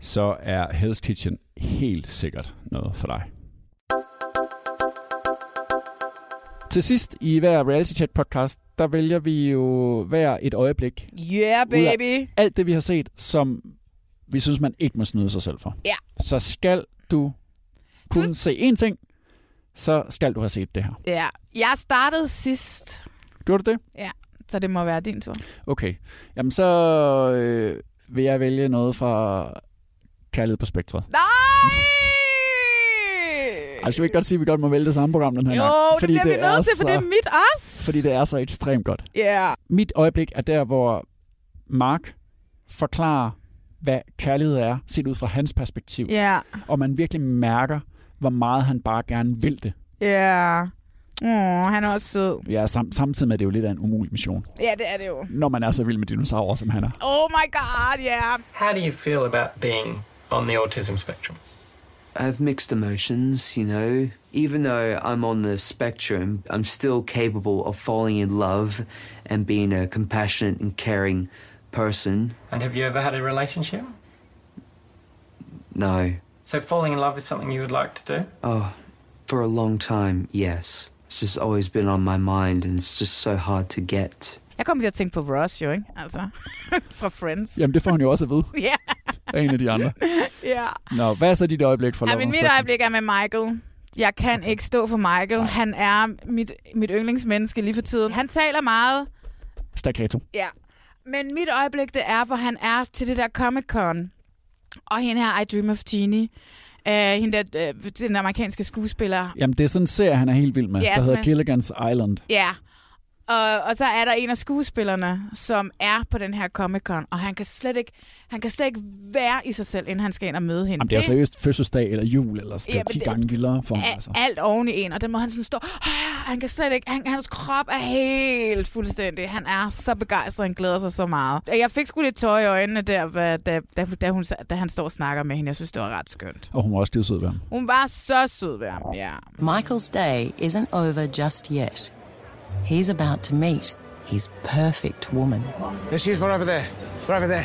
A: så er Hell's Kitchen helt sikkert noget for dig. Til sidst i hver Reality Chat podcast, der vælger vi jo hver et øjeblik
B: Yeah,
A: ud af
B: baby!
A: alt det, vi har set, som vi synes, man ikke må snyde sig selv for.
B: Ja.
A: Så skal du kun se én ting, så skal du have set det her.
B: Ja. Jeg startede sidst.
A: Gjorde du det?
B: Ja, så det må være din tur.
A: Okay. Jamen, så øh, vil jeg vælge noget fra Kærlighed på Spektret.
B: Nej!
A: Ej, skal vi ikke godt sige, at vi godt må vælge det samme program den her
B: Jo,
A: gang?
B: det bliver vi nødt til, for det er mit os.
A: Fordi det er så ekstremt godt.
B: Ja.
A: Mit øjeblik er der, hvor Mark forklarer, hvad kærlighed er, set ud fra hans perspektiv.
B: Ja.
A: Og man virkelig mærker, hvor meget han bare gerne vil det.
B: Ja. Åh, han er også sød.
A: Ja, sam- samtidig med, at det jo lidt af en umulig mission.
B: Ja, det er det jo.
A: Når man er så vild med dinosaurer, som han er.
B: Oh my god, yeah.
S: How do you feel about being on the autism spectrum?
T: I have mixed emotions, you know. Even though I'm on the spectrum, I'm still capable of falling in love and being a compassionate and caring person.
S: And have you ever had a relationship?
T: No.
S: So falling in love is something you would like to do?
T: Oh, for a long time, yes. It's just always been on my mind and it's just so hard to get.
B: Jeg kommer til at tænke på Ross jo, ikke? Altså, <laughs> fra Friends.
A: Jamen, det får han jo også at vide
B: <laughs> Ja.
A: af en af de andre.
B: Ja.
A: Nå, hvad er så dit øjeblik for
B: Ja,
A: Love
B: men
A: on
B: mit
A: Spectrum?
B: øjeblik er med Michael. Jeg kan ikke stå for Michael. Han er mit, mit yndlingsmenneske lige for tiden. Han taler meget,
A: Staccato.
B: ja. Men mit øjeblik, det er, hvor han er til det der Comic-Con. Og hende her, I Dream of Genie. Uh, hende der, uh, den amerikanske skuespiller.
A: Jamen, det er sådan en serie, han er helt vild med,
B: Ja,
A: yes, der hedder
B: simpelthen.
A: Gilligan's Island.
B: Ja. Og, og så er der en af skuespillerne, som er på den her Comic-Con, og han kan slet ikke, han kan slet ikke være i sig selv, inden han skal ind og møde hende.
A: Jamen, det er altså seriøst fødselsdag eller jul, eller sådan
B: Ja,
A: ja,
B: men
A: 10
B: det-
A: gange vildere for ham. Altså.
B: er alt oven i en, og den må han sådan stå, "Ah," han kan slet ikke, han, hans krop er helt fuldstændig, han er så begejstret, han glæder sig så meget. Jeg fik sgu lidt tårer i øjnene der, da, da, da, da, hun, da han står og snakker med hende, jeg synes, det var ret skønt.
A: Og hun var også skide sød ved ham.
B: Hun var så sød ved ham, ja.
F: Michael's day isn't over just yet. He's about to meet his perfect woman.
E: There she is, right over there. Right over there.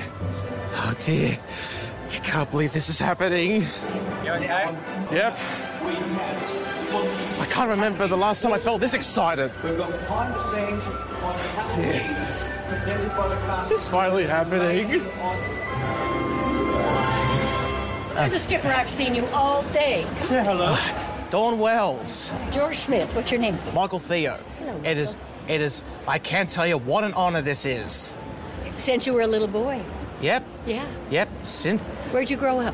E: Oh, dear. I can't believe this is happening. You okay? Yep. I can't remember the last time I felt this excited. We've got behind the scenes. Dear. This is finally happening.
U: Mr. Skipper, I've seen you all day.
N: Say hello. Dawn Wells.
U: George Smith, what's your name?
N: Michael Theo. It is, it is, I can't tell you what an honor this is.
U: Since you were a little boy.
N: Yep,
U: Yeah.
N: yep, since
U: Where'd you grow up?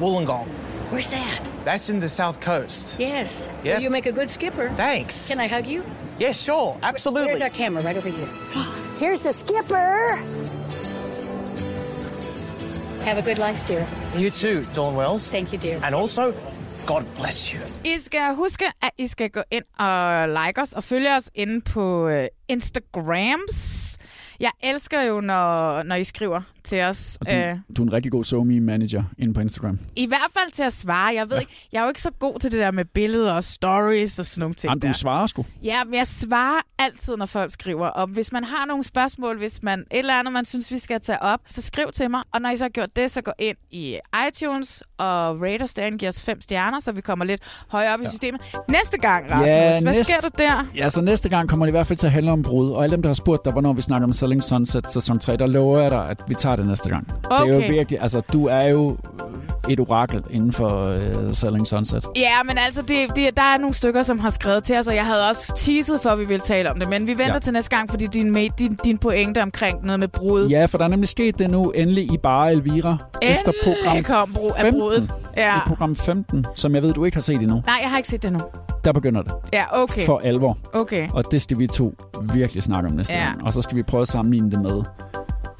N: Wollongong.
U: Where's that?
N: That's in the south coast.
U: Yes.
N: Yeah.
U: Well, you make a good skipper.
N: Thanks.
U: Can I hug you?
N: Yeah, sure, absolutely.
U: There's our camera right over here. Here's the skipper. Have a good life, dear.
N: You too, Dawn Wells.
U: Thank you, dear.
N: And also, God bless you.
B: I skal huske, at I skal gå ind og like os og følge os inde på øh, Instagrams. Jeg elsker jo, når, når I skriver til os.
A: Og
B: Øh,
A: du, du er en rigtig god somi manager inde på Instagram.
B: I hvert fald til at svare. Jeg ved ja. ikke, jeg er jo ikke så god til det der med billeder og stories og sådan nogle ting
A: Jamen,
B: der.
A: du svarer sgu.
B: Ja, men jeg svarer altid, når folk skriver. Og hvis man har nogle spørgsmål, hvis man et eller andet, man synes, vi skal tage op, så skriv til mig. Og når I så har gjort det, så gå ind i iTunes og rate os derinde, giver os fem stjerner, så vi kommer lidt højere op ja. i systemet. Næste gang, Rasmus, ja, hvad
A: næste-
B: sker der der?
A: Ja, så næste gang kommer det i hvert fald til at handle om brud. Og alle dem, der har spurgt dig, hvornår vi snakker om Selling Sunset sæson 3, der lover jeg dig, at vi tager det næste gang. Det er
B: Okay.
A: jo virkelig, altså du er jo et orakel inden for uh, Selling Sunset.
B: Ja, men altså, det, det, der er nogle stykker, som har skrevet til os, og jeg havde også teaset for, at vi ville tale om det. Men vi venter ja.
A: Ja.
B: til næste gang, fordi din, med, din, din pointe omkring noget med brud.
A: Ja, for der er nemlig sket det nu endelig i bare Elvira. efter program
B: Endelig kom brug af
A: 15.
B: brudet. Ja.
A: I program 15, som jeg ved, du ikke har set endnu.
B: Nej, jeg har ikke set det nu.
A: Der begynder det.
B: Ja, okay.
A: For alvor.
B: Okay.
A: Og det skal vi to virkelig snakke om næste
B: Ja.
A: ja. gang. Og så skal vi prøve at sammenligne det med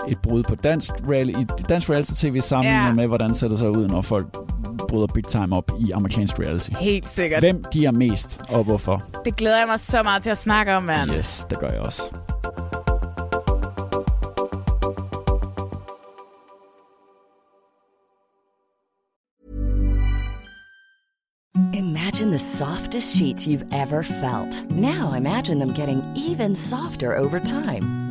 A: et brud på dansk, real, i dansk reality-tv sammenlignet
B: Ja.
A: med, hvordan det ser ud, når folk bryder big time op i amerikansk reality.
B: Helt sikkert.
A: Hvem giver mest, og hvorfor?
B: Det glæder jeg mig så meget til at snakke om, mand.
A: Yes, det gør jeg også.
V: Imagine the softest sheets you've ever felt. Now imagine them getting even softer over time.